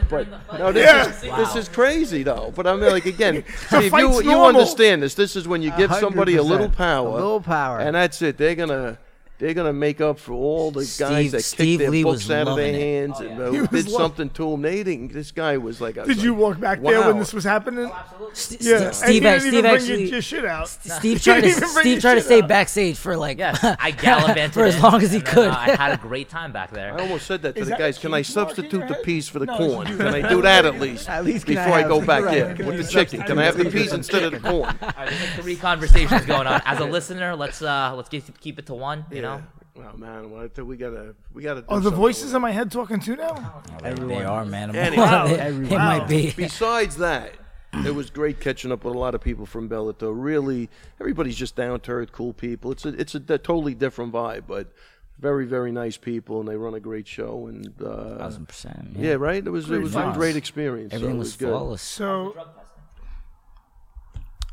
S3: But no, this
S2: Yeah.
S3: is this is crazy though. But I mean, like again, Steve, you
S2: fight's
S3: you
S2: normal.
S3: understand this? This is when you give somebody a little
S1: 100%.
S3: power,
S1: A little power.
S3: and that's it. They're gonna. They're gonna make up for all the guys
S4: Steve-
S3: that
S4: Steve
S3: kicked their
S4: Lee
S3: books
S4: was
S3: out of their
S4: loving it. Oh,
S3: hands and uh,
S2: He was
S3: did
S2: lo-
S3: something to him. They didn't. This guy was like, I was
S2: Did you
S3: like,
S2: walk back there when
S3: wow.
S2: this was happening?
S4: St-
S2: Yeah,
S4: St-
S2: and
S4: Steve,
S2: you
S4: ac-
S2: didn't even
S4: Steve
S2: bring
S4: actually.
S2: your, your shit out.
S4: Steve tried to
S2: didn't even bring
S4: Steve
S2: your
S4: tried to
S2: shit
S4: stay
S2: out.
S4: backstage for like
S6: Yes, I gallivanted
S4: for as
S6: in,
S4: long as he
S6: and then,
S4: could.
S6: uh, I had a great time back
S3: I
S6: there.
S3: almost said that to
S2: Is
S3: the
S2: that
S3: guys.
S2: a
S3: Can I
S2: cheese mark in
S3: substitute
S2: your
S3: the
S2: head?
S3: peas for the
S2: No,
S3: corn?
S2: it's-
S3: Can I do that at least?
S1: At least can I
S3: before I
S1: have
S3: go
S1: some-
S3: back
S1: right,
S3: in
S1: can
S3: with
S1: you
S3: the chicken. Can I have the
S1: substitute
S3: peas
S1: some
S3: instead of the corn?
S6: All right, there's like three conversations going on. As a listener, let's uh let's keep keep it to one. You know.
S3: Yeah. Oh man, well, I think we gotta we gotta. Do
S2: Are Oh, the
S3: something
S2: voices
S3: with
S2: in my head talking too now?
S4: They are, man. I'm-
S3: Anyhow.
S4: it, it might be.
S3: it. Besides that, it was great catching up with a lot of people from Bellator. Really, everybody's just down to earth, cool people. It's a it's a, d- totally different vibe, but very very nice people, and they run a great show. And uh,
S4: Thousand percent.
S3: yeah, right. It was it was a
S4: vibes.
S3: great experience. so
S4: Everything
S3: it
S4: was
S3: good.
S4: flawless.
S2: So,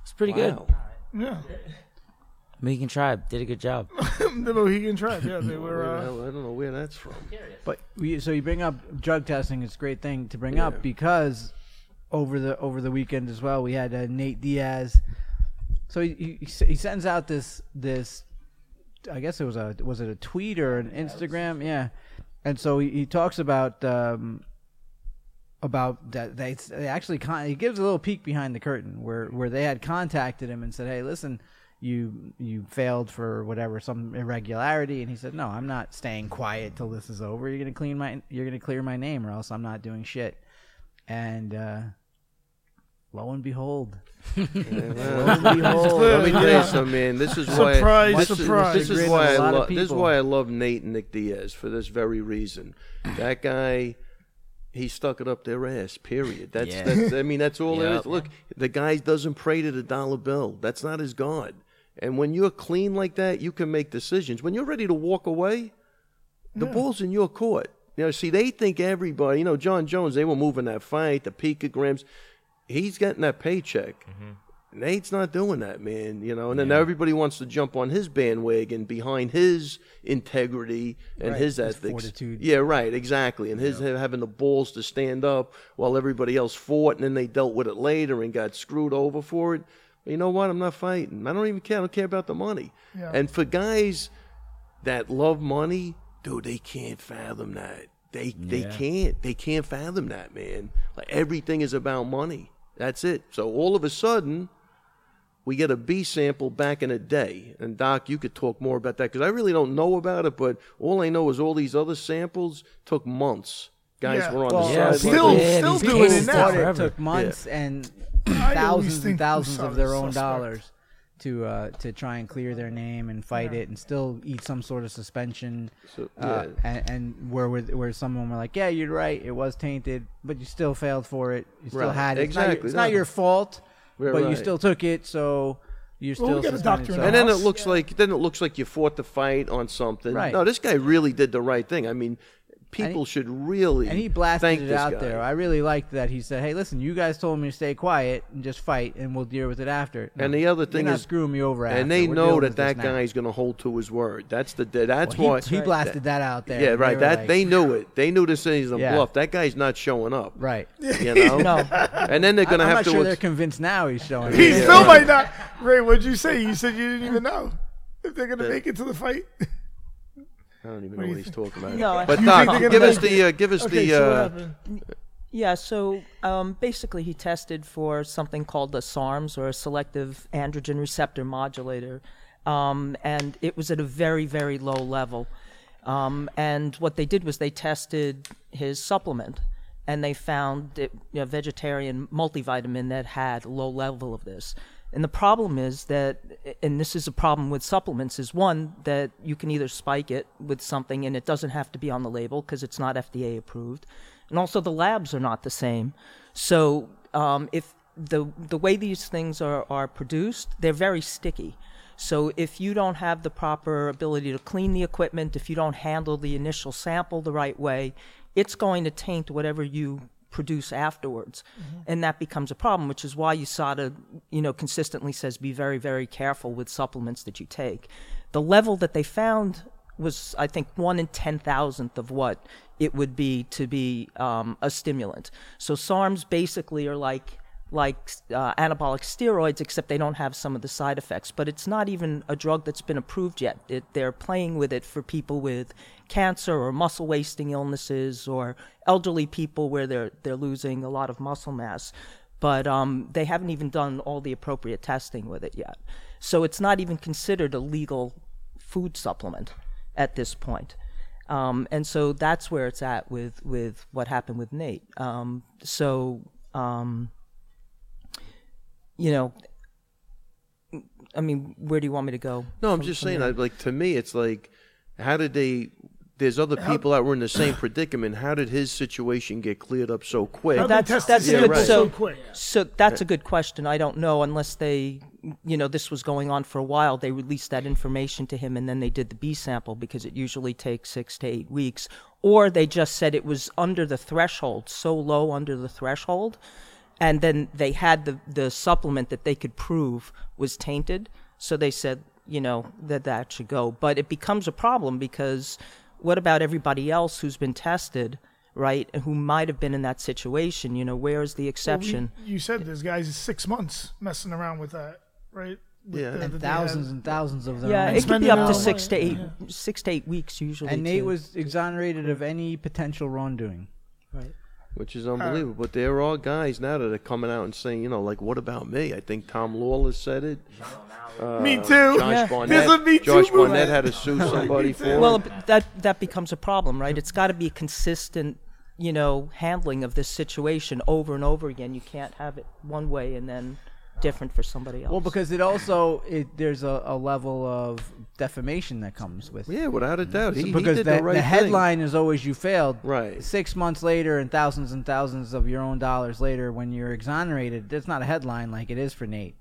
S4: It's pretty
S3: Wow.
S4: good.
S2: yeah.
S4: Megan Tribe did a good job.
S2: The Mohegan Tribe, yeah, they were.
S3: Where the
S2: Uh,
S3: hell- I don't know where that's from.
S1: But we, so you bring up drug testing. It's a great thing to bring up because over the over the weekend as well, we had uh, Nate Diaz. So he, he he sends out this this, I guess it was a was it a tweet or an Instagram? Yeah, and so he, he talks about um, about that they, they actually con- he gives a little peek behind the curtain where where they had contacted him and said, "Hey, listen, you you failed for whatever some irregularity," and he said, "No, I'm not staying quiet till this is over. You're gonna clean my you're gonna clear my name, or else I'm not doing shit." And uh, lo and behold, lo and behold,
S3: Let me tell
S2: Yeah.
S3: you something, man. This is
S2: Surprise,
S3: why. This
S2: surprise.
S3: Is, this is
S1: Agreed with
S3: why I
S1: a lot of
S3: love. This is
S1: people.
S3: why I love Nate and Nick Diaz for this very reason. That guy, he stuck it up their ass. Period. That's.
S4: Yeah.
S3: that's I mean, that's all there is.
S4: Yep.
S3: Look, the guy doesn't pray to the dollar bill. That's not his god. And when you're clean like that, you can make decisions. When you're ready to walk away, the ball's in your court. You know, see, they think everybody, you know, John Jones, they were moving that fight, the picograms. He's getting that paycheck.
S1: Mm-hmm.
S3: Nate's not doing that, man. You know, and then everybody wants to jump on his bandwagon behind his integrity and
S1: Right,
S3: his
S1: his
S3: ethics.
S1: fortitude.
S3: Yeah, right, exactly. And his ha- having the balls to stand up while everybody else fought, and then they dealt with it later and got screwed over for it. But you know what? I'm not fighting. I don't even care. I don't care about the money.
S2: Yeah.
S3: And for guys that love money, dude, they can't fathom that. They they can't they can't fathom that, man. Like everything is about money. That's it. So all of a sudden, we get a B sample back in a day. And Doc, you could talk more about that because I really don't know about it. But all I know is all these other samples took months. Guys
S2: Yeah.
S3: were on
S1: Well,
S3: the
S1: yeah,
S3: sideline.
S2: still-
S1: these
S2: still
S1: people
S2: doing it now.
S1: thought It
S2: Forever.
S1: took months and
S2: always
S1: thousands
S2: think
S1: and
S2: we
S1: thousands
S2: saw
S1: of their
S2: the
S1: own
S2: suspect.
S1: dollars to uh, to try and clear their name and fight it and still eat some sort of suspension.
S3: So,
S1: Uh,
S3: yeah.
S1: and, and where with- where someone were like, yeah, you're right, it was tainted, but you still failed for it. You still
S3: Right,
S1: had it. It's, not your,
S3: exactly,
S1: it's
S3: no.
S1: not your fault,
S3: We're
S1: but you
S3: right.
S1: still took it, so you're
S2: Well, we
S1: still
S2: got a
S1: suspended.
S2: doctor in
S1: So-
S2: the
S3: And then it
S2: house.
S3: looks like then it looks like you fought the fight on something.
S1: Right.
S3: No, this guy really did the right thing. I mean, people should really
S1: and he blasted
S3: thank
S1: it
S3: this
S1: out
S3: guy.
S1: there. I really liked that he said, "Hey, listen, you guys told me to stay quiet and just fight, and we'll deal with it after." No,
S3: And the other thing
S1: you're not
S3: is-
S1: screwing me over. after.
S3: and they
S1: We're
S3: know
S1: dealing
S3: that
S1: with this
S3: that
S1: now.
S3: guy's going to hold to his word. That's the that's
S1: Well,
S3: why
S1: he, he blasted that out there.
S3: Yeah,
S1: and they
S3: right.
S1: were
S3: That
S1: like,
S3: they knew it. They knew this thing is a
S1: Yeah.
S3: bluff. That guy's not showing up.
S1: right.
S3: You know.
S5: No.
S3: And then they're going
S1: I'm
S3: to have
S1: not
S3: to.
S1: sure they're convinced now he's showing.
S2: He
S1: up.
S2: still might not. Ray, what'd you say? You said you didn't even know if they're gonna make it to the fight.
S3: I don't even know
S2: do you
S3: what he's talking about.
S5: No, I-
S3: but
S2: You think
S3: Doc,
S2: they're
S3: give
S2: gonna
S3: us
S2: make
S3: the uh, give us
S2: Okay,
S3: the.
S2: so what
S3: uh,
S2: happened?
S5: Yeah, so um, basically, he tested for something called a SARMs or a selective androgen receptor modulator, um, and it was at a very, very low level. Um, and what they did was they tested his supplement, and they found it, you know, vegetarian multivitamin that had low level of this. And the problem is that, and this is a problem with supplements, is one that you can either spike it with something and it doesn't have to be on the label because it's not FDA approved, and also the labs are not the same. So um, if the the way these things are are produced, they're very sticky. So if you don't have the proper ability to clean the equipment, if you don't handle the initial sample the right way, it's going to taint whatever you produce afterwards, and that becomes a problem. Which is why USADA, you know, consistently says be very very careful with supplements that you take. The level that they found was I think one in ten thousandth of what it would be to be um, a stimulant. So SARMs basically are like like uh, anabolic steroids, except they don't have some of the side effects. But it's not even a drug that's been approved yet. It, they're playing with it for people with cancer or muscle wasting illnesses or elderly people where they're they're losing a lot of muscle mass. But um, they haven't even done all the appropriate testing with it yet. So it's not even considered a legal food supplement at this point. Um, and so that's where it's at with, with what happened with Nate. Um, so, um, you know, I mean, where do you want me to go?
S3: No, I'm just saying. I, like to me, it's like, how did they? There's other people that were in the same predicament. How did his situation get cleared up so quick?
S2: How'd they
S5: That's-
S2: test
S5: that's
S2: these
S3: good.
S2: people
S5: So-
S2: quick.
S5: So that's a good question. I don't know unless they, you know, this was going on for a while. They released that information to him and then they did the B sample because it usually takes six to eight weeks. Or they just said it was under the threshold, so low under the threshold. And then they had the, the supplement that they could prove was tainted. So they said, you know, that that should go. But it becomes a problem because what about everybody else who's been tested? Right, and who might have been in that situation? You know, where is the
S2: Well, we-
S5: exception?
S2: you said this guy's six months messing around with that, right? With
S3: Yeah.
S2: the-
S3: And
S2: that they had.
S1: thousands and thousands of them.
S5: Yeah,
S2: And
S5: it could
S2: spending
S5: be up
S2: all
S5: to
S2: the
S5: six to
S2: money,
S5: eight, six to eight weeks usually.
S1: and Nate
S5: too.
S1: was exonerated of any potential wrongdoing.
S3: Which is unbelievable. but there are guys now that are coming out and saying, you know, like, what about me? I think Tom Lawless said it.
S2: Me too.
S3: Josh Barnett.
S2: There's a Me Too
S3: Josh Barnett
S2: movement.
S3: had to sue somebody for
S5: Well,
S3: it.
S5: but that that becomes a problem, right? It's got to be consistent, you know, handling of this situation over and over again. You can't have it one way and then different for somebody else.
S1: Well, because it also it, there's a, a level of defamation that comes with it.
S3: Yeah, without a doubt. He, he
S1: because
S3: did
S1: the,
S3: the right
S1: the
S3: thing.
S1: headline is always you failed.
S3: Right.
S1: Six months later and thousands and thousands of your own dollars later when you're exonerated, that's not a headline like it is for Nate.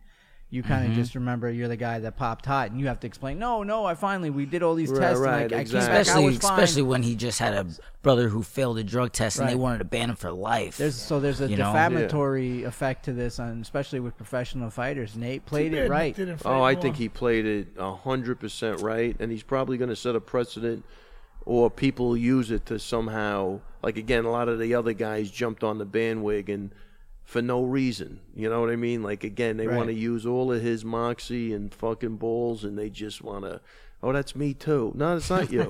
S1: You kind
S4: Mm-hmm.
S1: of just remember you're the guy that popped hot, and you have to explain. No, no, I finally we did all these
S3: Right,
S1: tests.
S3: right,
S1: and I, I came
S3: exactly.
S1: back, I
S4: especially
S1: was fine.
S4: especially when he just had a brother who failed a drug test and they
S1: Right.
S4: wanted to ban him for life.
S1: There's so there's a
S4: You know?
S1: defamatory effect to this, and especially with professional fighters. Nate played it
S2: Didn't-
S1: right.
S2: didn't fight
S3: Oh, I
S2: more.
S3: think he played it 100% right, and he's probably going to set a precedent or people use it to somehow, like, again, a lot of the other guys jumped on the bandwagon for no reason. You know what I mean? Like, again, they
S1: Right.
S3: want to use all of his moxie and fucking balls, and they just want to. Oh, that's me too. No, it's not you.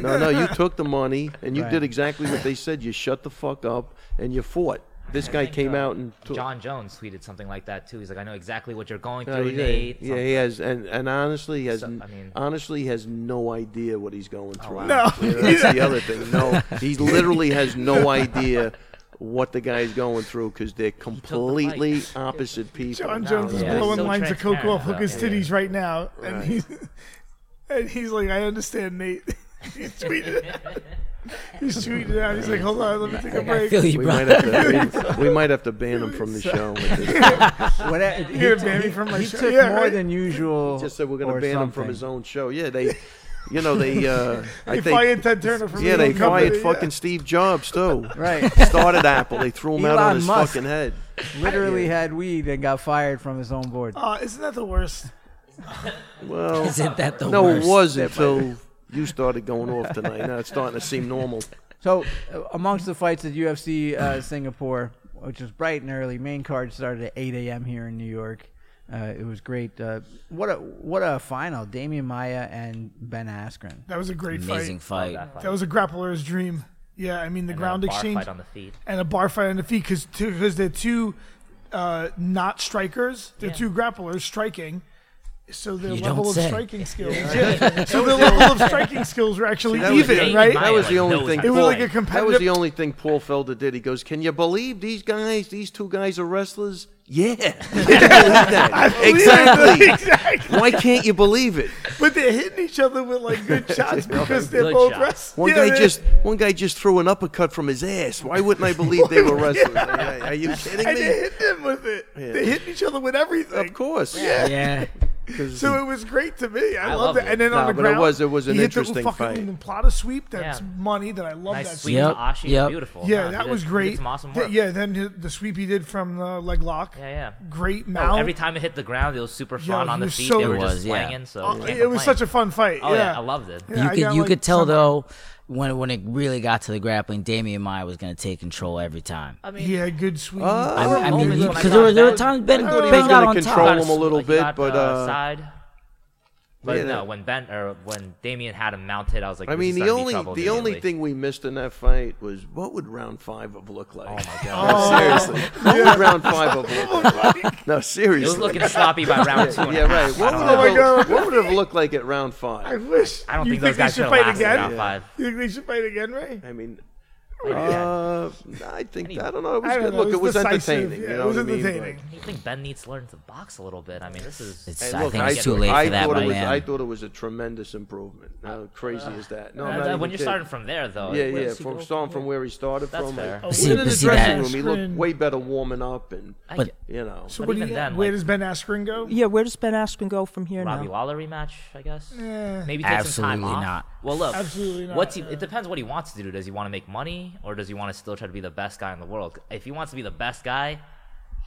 S3: no, no, you took the money and you
S1: Right.
S3: did exactly what they said. You shut the fuck up and you fought. This guy
S6: think,
S3: came
S6: uh,
S3: out and took.
S6: John Jones tweeted something like that too. He's like, I know exactly what you're going
S3: Uh,
S6: through,
S3: yeah,
S6: Nate.
S3: yeah, he has, and, and honestly, he has
S6: So,
S3: n-
S6: I mean-
S3: honestly he has no idea what he's going through.
S2: No.
S3: Yeah, that's the other thing. No, he literally has no idea what the guy's going through because they're completely opposite people.
S2: John Jones is
S6: Yeah.
S2: blowing
S6: So
S2: lines of coke
S6: transparent,
S2: off hookers'
S6: though.
S2: titties right now, and he's and he's like, "I understand, Nate." he's tweeting. it. He's tweeting it out. He's like, "Hold on, let me take a
S4: Like, I
S2: break."
S4: feel you,
S3: We
S4: bro.
S3: might, have to, we, we might have to ban him from the show. at this point.
S1: Whatever- he
S2: Here,
S1: t-
S2: Manny,
S1: he-
S2: from my
S1: he
S2: show.
S1: took
S2: Yeah,
S1: more
S2: right.
S1: than usual.
S3: Just said we're going
S1: or
S3: to ban him from
S1: something.
S3: his own show. Yeah, they, you know, they. Uh, I
S2: They
S3: think.
S2: fired Ted Turner from
S3: yeah,
S2: the uh,
S3: they
S2: old company,
S3: fired fucking Steve Jobs too.
S1: Right.
S3: Started Apple. They threw him out
S1: Elon
S3: on his
S1: Musk.
S3: fucking head.
S1: Literally had weed and got fired from his own board.
S2: Yeah. Uh, isn't that the worst?
S3: Well,
S4: Isn't that the
S3: No,
S4: worst?
S3: it was until you started going off tonight. Now it's starting to seem normal.
S1: So, uh, amongst the fights at UFC uh, Singapore, which was bright and early, main card started at 8 a.m. here in New York. Uh, it was great. Uh, what a what a final! Damian Maya and Ben Askren.
S2: That was a great
S4: Amazing
S2: fight.
S4: fight.
S6: That fight.
S2: That was a grappler's dream. Yeah, I mean the
S6: And then a
S2: ground
S6: bar
S2: exchange
S6: fight on the feet.
S2: and a bar fight on the feet because because they're two uh, not strikers. They're two grapplers striking. So their
S4: You don't
S2: level of
S4: say.
S2: striking skills, yeah. so their level of striking skills were actually
S3: that was
S2: even,
S3: Damian
S2: right?
S3: That was the only thing.
S2: It was
S3: Paul-
S2: like a
S3: That was
S2: competitive
S3: the only thing Paul Felder did. He goes, "Can you believe these guys? These two guys are wrestlers." Yeah, Can you believe that? exactly.
S2: exactly.
S3: Why can't you believe it?
S2: But they're hitting each other with like good shots because they're
S6: good
S2: both
S6: shots.
S2: wrestlers.
S3: One guy just one guy just threw an uppercut from his ass. Why wouldn't I believe they were wrestlers? Are- Are you kidding
S2: and they
S3: me?
S2: hit them with it. They're hitting each other with everything.
S3: Of course.
S4: Yeah.
S2: So it was great to me. I,
S6: I
S2: loved
S6: loved
S2: it.
S6: it.
S2: And then on
S3: No,
S2: the
S3: but it
S2: ground,
S3: was- it was an
S2: he hit the
S3: interesting
S2: fucking
S3: fight.
S2: Plata sweep. That's
S6: Yeah.
S2: money that I love. that
S6: Nice
S2: sweep.
S6: sweep Oh,
S4: Yep,
S6: to Ashi.
S4: yep.
S6: Beautiful.
S2: Yeah,
S6: Nah, he
S2: that
S6: did-
S2: was
S6: he did
S2: great.
S6: some awesome
S2: Th-
S6: work.
S2: yeah, then hi- the sweep he did from the leg lock.
S6: Yeah, yeah.
S2: Great
S6: Oh,
S2: mount.
S6: every time it hit the ground, it was super
S2: Yo,
S6: fun on
S2: he
S6: the
S2: was
S6: feet.
S2: so
S6: they were
S4: good.
S6: just
S4: It was, yeah.
S6: swinging, so
S2: Uh,
S6: you can't
S2: it was
S6: complain.
S2: such a fun fight.
S6: Oh yeah,
S2: yeah.
S6: I loved it.
S2: Yeah,
S4: you
S2: I
S4: could
S2: got,
S4: you
S2: like,
S4: could tell
S2: some-
S4: though when when it really got to the grappling, Damian Maya was going to take control every time.
S6: I mean,
S2: Yeah, good sweep.
S4: I, Oh. I mean,
S6: moments when I
S4: because there were
S6: thought
S4: there were
S6: that-
S4: times Ben,
S3: I thought he was
S4: ben got
S3: gonna
S4: on
S3: control
S4: top.
S3: him a little
S6: Like, he
S3: bit,
S6: got,
S3: but, uh,
S6: side. But
S3: yeah,
S6: no,
S3: that-
S6: when Ben or when Damien had him mounted, I was like,
S3: I
S6: this
S3: mean,
S6: is
S3: the
S6: gonna be
S3: only
S6: trouble
S3: the only
S6: immediately.
S3: thing we missed in that fight was what would round five have looked like.
S6: Oh my god,
S3: Seriously, what would round five have looked like? No, seriously.
S6: it was looking sloppy by round two. and a
S3: yeah, right.
S6: half. I
S3: What
S6: don't
S3: would,
S6: know.
S2: my
S3: have,
S2: God.
S3: what would have looked like at round
S2: I
S3: five?
S2: wish.
S6: I don't
S2: you
S6: think those guys
S2: they should
S6: should've
S2: fight
S6: lasted
S2: again.
S6: round five.
S2: You think they should fight again, Ray?
S3: I mean,
S6: Maybe that-
S3: uh, I think I don't know. It was
S2: I don't
S3: good.
S2: know,
S3: Look, it was
S2: decisive,
S3: entertaining.
S2: yeah,
S3: you
S2: it
S3: know
S2: was
S3: what I mean?
S2: entertaining.
S3: Like,
S6: You think Ben needs to learn to box a little bit? I mean, this is
S4: It's,
S3: hey,
S4: I
S3: look,
S4: think it's
S6: I-
S4: too late
S3: I
S4: for that,
S3: thought
S4: my
S3: it was,
S4: man.
S3: I thought it was a tremendous improvement. How crazy is that? No, I'm not
S6: Uh,
S3: even
S6: when you're
S3: kidding.
S6: starting from there, though.
S3: Yeah,
S6: it
S3: yeah.
S6: was-
S3: From starting from where he started
S6: That's
S3: from,
S6: fair.
S3: like,
S6: But
S3: even
S4: see-
S3: in
S4: but
S3: the
S4: see
S3: dressing
S4: that-
S3: room, he looked
S2: Askren-
S3: way better warming up, and
S6: I
S4: But-
S6: get-
S3: you know.
S2: So
S6: But
S2: what do
S6: even
S2: you,
S6: then,
S2: where
S6: like-
S2: does Ben Askren go?
S5: Yeah, where does Ben Askren go from here
S6: Robbie
S5: now?
S6: Lawler rematch, I guess.
S2: Eh.
S6: Maybe take some
S4: Absolutely
S6: time off.
S4: not.
S6: Well, look,
S2: Absolutely not,
S6: What's he,
S2: yeah.
S6: it depends what he wants to do. Does he want to make money, or does he want to still try to be the best guy in the world? If he wants to be the best guy,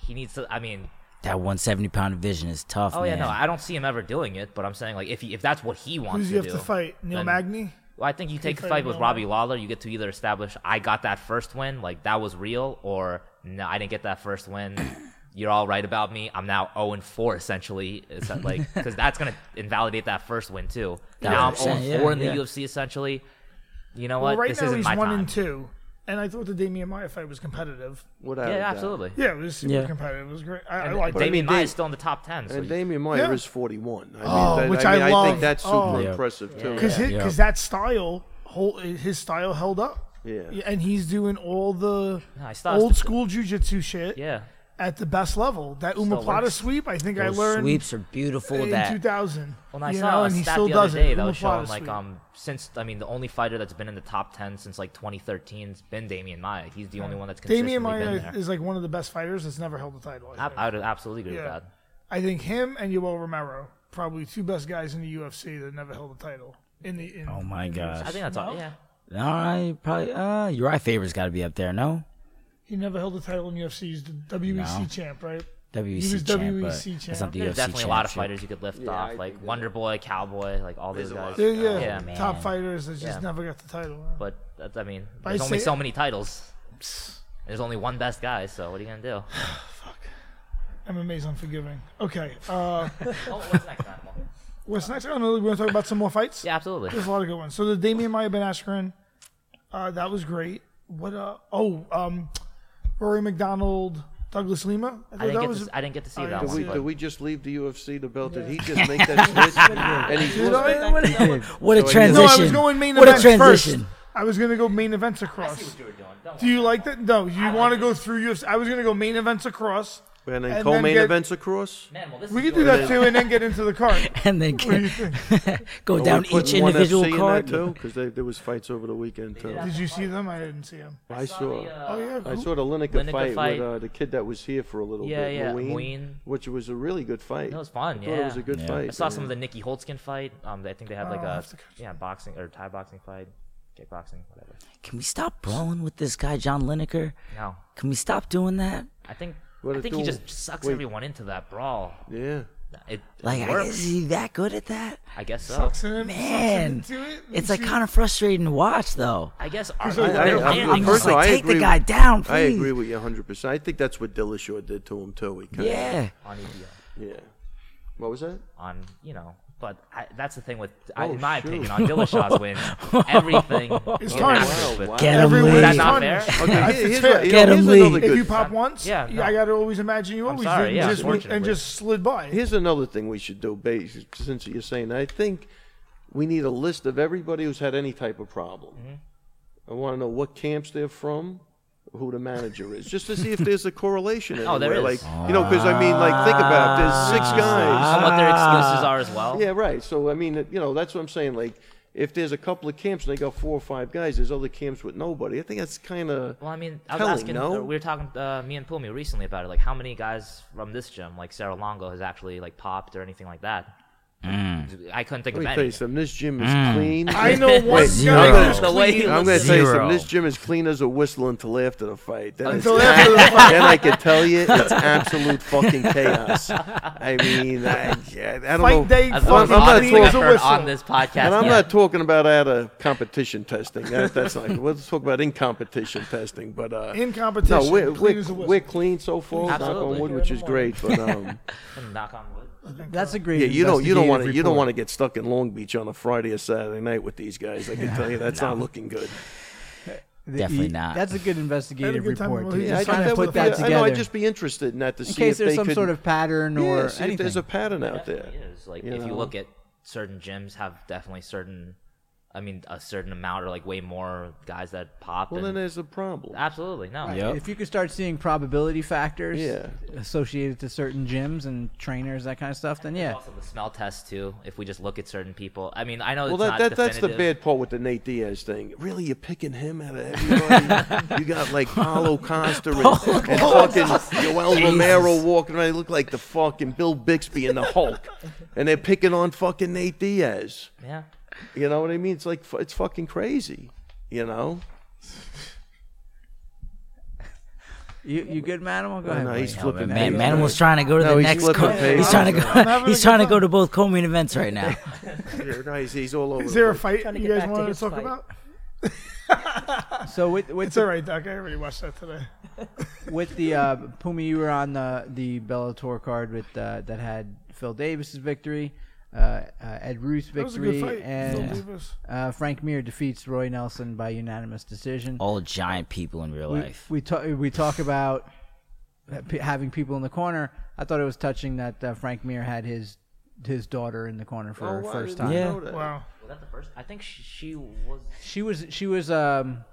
S6: he needs to. I mean,
S4: That 170 pound division is tough.
S6: oh yeah,
S4: man.
S6: no, I don't see him ever doing it. But I'm saying like if he, if that's what he
S2: Who
S6: wants
S2: does he
S6: to
S2: have
S6: do,
S2: to fight? Neil
S6: then-
S2: Magny?
S6: Well, I think you take the
S2: fight
S6: fight with
S2: Lawler.
S6: Robbie Lawler. You get to either establish I got that first win, like that was real, or no, I didn't get that first win. You're all right about me. I'm now 0 and 4 essentially, It's not like because that's gonna invalidate that first win too. Now
S4: Thousand
S6: I'm 0
S4: percent,
S6: and 4 in
S4: yeah,
S6: the
S4: yeah.
S6: UFC essentially. You know
S2: Well,
S6: what?
S2: right
S6: this
S2: now
S6: isn't
S2: he's
S6: my
S2: one
S6: time.
S2: and two, and I thought the Damian Maya fight was competitive.
S3: Without
S6: Yeah,
S3: a doubt.
S6: absolutely.
S2: Yeah, it was super
S4: Yeah.
S2: competitive. It was great. I, I
S6: And
S2: liked it.
S6: Damian
S3: I mean,
S6: Maia
S3: they-
S6: is still in the top 10. So
S3: And
S6: you-
S3: Damian Meyer
S2: Yeah.
S3: is 41. I mean,
S2: Oh,
S3: that,
S2: which
S3: I, mean,
S2: I
S3: I
S2: love.
S3: think that's super
S2: Oh. Yeah.
S3: impressive too.
S2: because
S4: Yeah.
S2: that style hold, his style held up.
S3: Yeah.
S2: and he's doing all the
S6: No, I still-
S2: old school jujitsu shit
S6: yeah.
S2: at the best level. That Uma
S6: Still
S2: Plata
S6: works.
S2: sweep, I think I
S4: Those
S2: learned
S4: sweeps are beautiful.
S2: in
S4: that
S2: 2000.
S6: Well, and I
S2: you
S6: saw
S2: know,
S6: a
S2: and he
S6: stat
S2: still
S6: the
S2: does
S6: other day
S2: it.
S6: that
S2: Uma
S6: was showing
S2: Plata
S6: like
S2: sweep.
S6: um since I mean the only fighter that's been in the top 10 since like 2013 has been Damian Maya. He's the only one that's consistently
S2: Damian
S6: been
S2: Maya
S6: there.
S2: is like one of the best fighters that's never held the title. I,
S6: Ab-
S2: think.
S6: I would absolutely agree
S2: Yeah.
S6: with that.
S2: I think him and Yoel Romero probably two best guys in the UFC that never held a title. In the in,
S4: Oh my
S2: in the
S4: gosh.
S2: UFC.
S6: I think that's all.
S2: No?
S6: Yeah.
S4: All right, probably. Uh, Uriah Favor's got to be up there, no?
S2: He never held a title in UFC. He's the WEC
S4: No.
S2: champ, right?
S4: WEC
S2: He was
S4: E champ, but
S2: WEC
S4: that's not
S2: champ.
S4: the UFC
S6: There's definitely a lot of
S4: championship.
S6: fighters you could lift off, like Wonder Boy, Cowboy, like all those
S3: There's a lot.
S6: guys.
S2: They're, yeah,
S6: Yeah,
S2: top
S4: man.
S2: fighters that just
S6: Yeah.
S2: never got the title.
S6: But that's, I mean,
S2: I
S6: there's only
S2: say-
S6: so many titles. There's only one best guy, so what are you gonna do?
S2: MMA's unforgiving. Okay, uh,
S6: oh, what's next, Animal?
S2: what's next? Oh, no, we want to talk about some more fights.
S6: Yeah, absolutely.
S2: There's a lot of good ones. So the Damian Maya Ben Askren, uh, that was great. What? Uh, oh, um, Rory McDonald, Douglas Lima. I,
S6: I
S2: thought
S6: didn't
S2: that
S6: get to,
S2: was
S6: s- I didn't get to see
S2: I didn't
S6: that
S3: Did
S6: one.
S3: we,
S6: but-
S3: did we just leave the UFC the belt? Did he just make that switch? and he's
S2: Did I?
S5: What is it?
S4: What a
S3: So I-
S4: transition!
S2: no, I was going main
S4: what a
S2: event
S4: transition!
S2: first. I was gonna go main events
S6: I see
S2: across.
S6: what you were doing. Don't
S2: Do
S6: worry.
S2: you like that? No, you want to go through UFC. I was gonna go main events across.
S3: and then
S2: And
S3: co-main
S2: then get-
S3: events across.
S6: Animal, this
S2: We
S6: is
S2: could do that
S6: yours.
S2: too, and then get into the card.
S4: And then
S2: What do you
S4: get,
S2: think?
S4: go
S3: Are
S4: down
S3: we
S4: each
S3: putting ONE
S4: individual
S3: FC in
S4: card.
S3: there too, because there was fights over the weekend too.
S2: Did you see them? I didn't see them.
S3: I saw.
S2: Oh yeah,
S3: I
S2: who-
S3: saw the Lineker,
S6: Lineker
S3: fight,
S6: fight.
S3: with uh, the kid that was here for a little
S6: Yeah,
S3: bit,
S6: yeah,
S3: Moeen,
S6: Moeen.
S3: which was a really good fight.
S6: That was fun,
S3: I thought it was
S6: yeah.
S3: a good
S4: Yeah.
S3: fight.
S6: I saw some of the Nikki Holtzkin fight. Um, I think they had like
S2: Oh, I'll
S6: a
S2: have to catch
S6: yeah boxing or Thai boxing fight, kickboxing, whatever.
S4: Can we stop brawling with this guy, John Lineker?
S6: No,
S4: Can we stop doing that?
S6: I think
S3: What
S6: I
S3: it
S6: think he
S3: do?
S6: just sucks
S3: Wait.
S6: everyone into that brawl.
S3: Yeah,
S6: It it
S4: Like, I,
S6: works.
S4: is he that good at that?
S6: I guess so.
S2: Sucks in it,
S4: Man,
S2: sucks into
S3: Mm,
S2: it.
S4: it's like kind of frustrating to watch, though.
S6: I guess
S2: I-
S6: our,
S3: I,
S6: their
S3: I'm-
S4: I'm
S6: landing was
S4: just
S3: personally,
S4: like,
S6: like
S3: I
S4: take the
S3: agree
S4: guy
S3: with-
S4: down,
S3: I
S4: please.
S3: agree with you 100. percent I think that's what Dillashaw did to him too. He kinda-
S4: Yeah.
S6: on E EPO.
S3: yeah. What was that?
S6: on you know. But I, that's the thing with, I,
S3: Oh,
S6: in my
S3: shoot.
S6: opinion, on Dillashaw's win, everything.
S2: It's
S6: is
S2: time.
S6: accurate, but-
S3: Wow.
S4: Get him,
S2: Everyone's
S4: Lee.
S6: Is that not
S2: funny.
S6: fair?
S3: Okay,
S2: That's
S3: here- here's,
S2: fair.
S3: what- you know,
S4: Get him,
S3: here's another
S4: Lee.
S3: good
S2: If you pop once,
S6: yeah,
S2: yeah, I
S6: no.
S2: gotta always imagine you always
S6: sorry,
S2: did
S6: yeah,
S2: just went- and
S6: unfortunately.
S2: just slid by.
S3: Here's another thing we should do, base, since you're saying that. I think we need a list of everybody who's had any type of problem.
S6: Mm-hmm.
S3: I want to know what camps they're from, who the manager is, just to see if there's a correlation. Anywhere.
S6: Oh, there
S3: Like,
S6: is.
S3: you know, because I mean, like, think about it. There's six guys.
S6: And what their excuses are as well.
S3: Yeah, right. So I mean, you know, that's what I'm saying. Like, if there's a couple of camps and they got four or five guys, there's other camps with nobody. I think that's kind of.
S6: Well, I mean, I was
S3: Hell,
S6: asking.
S3: no.
S6: uh, we were talking, uh, me and Pumi recently about it. Like, how many guys from this gym, like Sarah Longo, has actually like popped or anything like that?
S4: Mm.
S6: I couldn't think
S3: Let
S6: of
S3: me
S6: any.
S3: tell you something. This gym is
S6: Mm.
S3: clean.
S2: I know one
S3: I'm
S2: guy
S3: gonna-
S2: who's
S6: The way
S2: clean.
S6: he
S3: I'm going to tell you
S4: Zero.
S3: something. This gym is clean as a whistle until after the fight. Then, it's
S2: Until after the
S3: ab- then I can tell you it's absolute fucking chaos. I mean, I, yeah, I don't know.
S2: Fight day
S6: That's the
S3: I'm, I'm
S6: most
S3: not
S6: honest thing I've
S3: talking,
S2: a
S6: heard
S2: whistle.
S6: on this podcast.
S3: and I'm
S6: yet.
S3: not talking about out of competition testing. That, that's like let's talk about in competition testing. But uh,
S2: In competition,
S3: no, we're,
S2: clean
S3: we're,
S2: as a whistle.
S3: we're clean so far. Knock
S6: Absolutely.
S3: on wood, which is great. But um,
S6: Knock on wood.
S1: That's a great.
S3: yeah, you don't you don't want to
S1: investigative
S3: you don't
S1: report.
S3: want to get stuck in Long Beach on a Friday or Saturday night with these guys. I can tell you that's not looking good.
S1: The-
S4: Definitely
S1: you-
S4: not.
S1: That's a good investigative
S2: good time
S1: report.
S2: with
S1: to
S2: it.
S3: Yeah,
S1: Just
S3: I
S1: kind of
S3: think
S1: put
S3: that would
S1: that
S3: be- I know,
S1: together.
S3: I'd just be interested in that to
S1: in
S3: see
S1: case
S3: if
S1: there's
S3: they
S1: some
S3: could,
S1: sort of pattern
S3: yeah,
S1: or
S3: see if
S1: anything.
S3: there's a pattern out there.
S6: It is. Like,
S3: You
S6: if you
S3: know.
S6: look at certain gyms, have definitely certain, I mean, a certain amount or like way more guys that pop.
S3: Well,
S6: and-
S3: then there's a problem.
S6: absolutely no.
S4: Yep.
S1: If you could start seeing probability factors
S3: Yeah.
S1: associated to certain gyms and trainers, that kind of stuff, then yeah.
S6: Also, the smell test too. If we just look at certain people, I mean, I know
S3: Well,
S6: it's
S3: that,
S6: not
S3: that that's the
S6: definitive.
S3: bad part with the Nate Diaz thing. Really, you're picking him out of everybody. you got like Paulo Costa and, and fucking Yoel Romero walking around. They look like the fucking Bill Bixby and the Hulk, and they're picking on fucking Nate Diaz.
S6: Yeah.
S3: You know what I mean? It's like fu- it's fucking crazy. You know?
S1: You you good, Manimal? Go ahead.
S3: Oh, No, he's
S1: buddy.
S3: flipping.
S4: Man,
S3: pages.
S4: man was trying to go to
S3: No,
S4: the
S3: he's
S4: next.
S3: flipping
S4: Co-
S3: pages.
S4: he's trying to
S2: I'm
S4: go.
S2: having
S4: He's
S2: a
S4: trying to
S2: good
S4: go to both co-main events right now.
S3: Yeah, no, he's, he's all over.
S2: Is
S3: the
S2: there a
S3: place.
S2: fight
S5: to
S2: you guys
S5: get back to
S2: want to
S5: his
S2: talk
S5: fight.
S2: about?
S1: So with with
S2: It's all right, Doc. I already watched that today.
S1: with the uh, Pumi, you were on the the Bellator card with uh, that had Phil Davis's victory, uh, uh, Ed Ruth's
S2: That was a good
S1: victory,
S2: fight. Phil
S1: and
S2: Davis.
S1: uh, Frank Mir defeats Roy Nelson by unanimous decision.
S4: All giant people in real
S1: we,
S4: life.
S1: we talk we talk about uh, p- having people in the corner. I thought it was touching that uh, Frank Mir had his his daughter in the corner for
S3: Oh,
S1: her
S3: I
S1: first
S3: didn't
S1: time.
S3: know
S4: Yeah.
S3: that.
S2: Wow.
S6: Was that the first? I think she, she was.
S1: She was she was um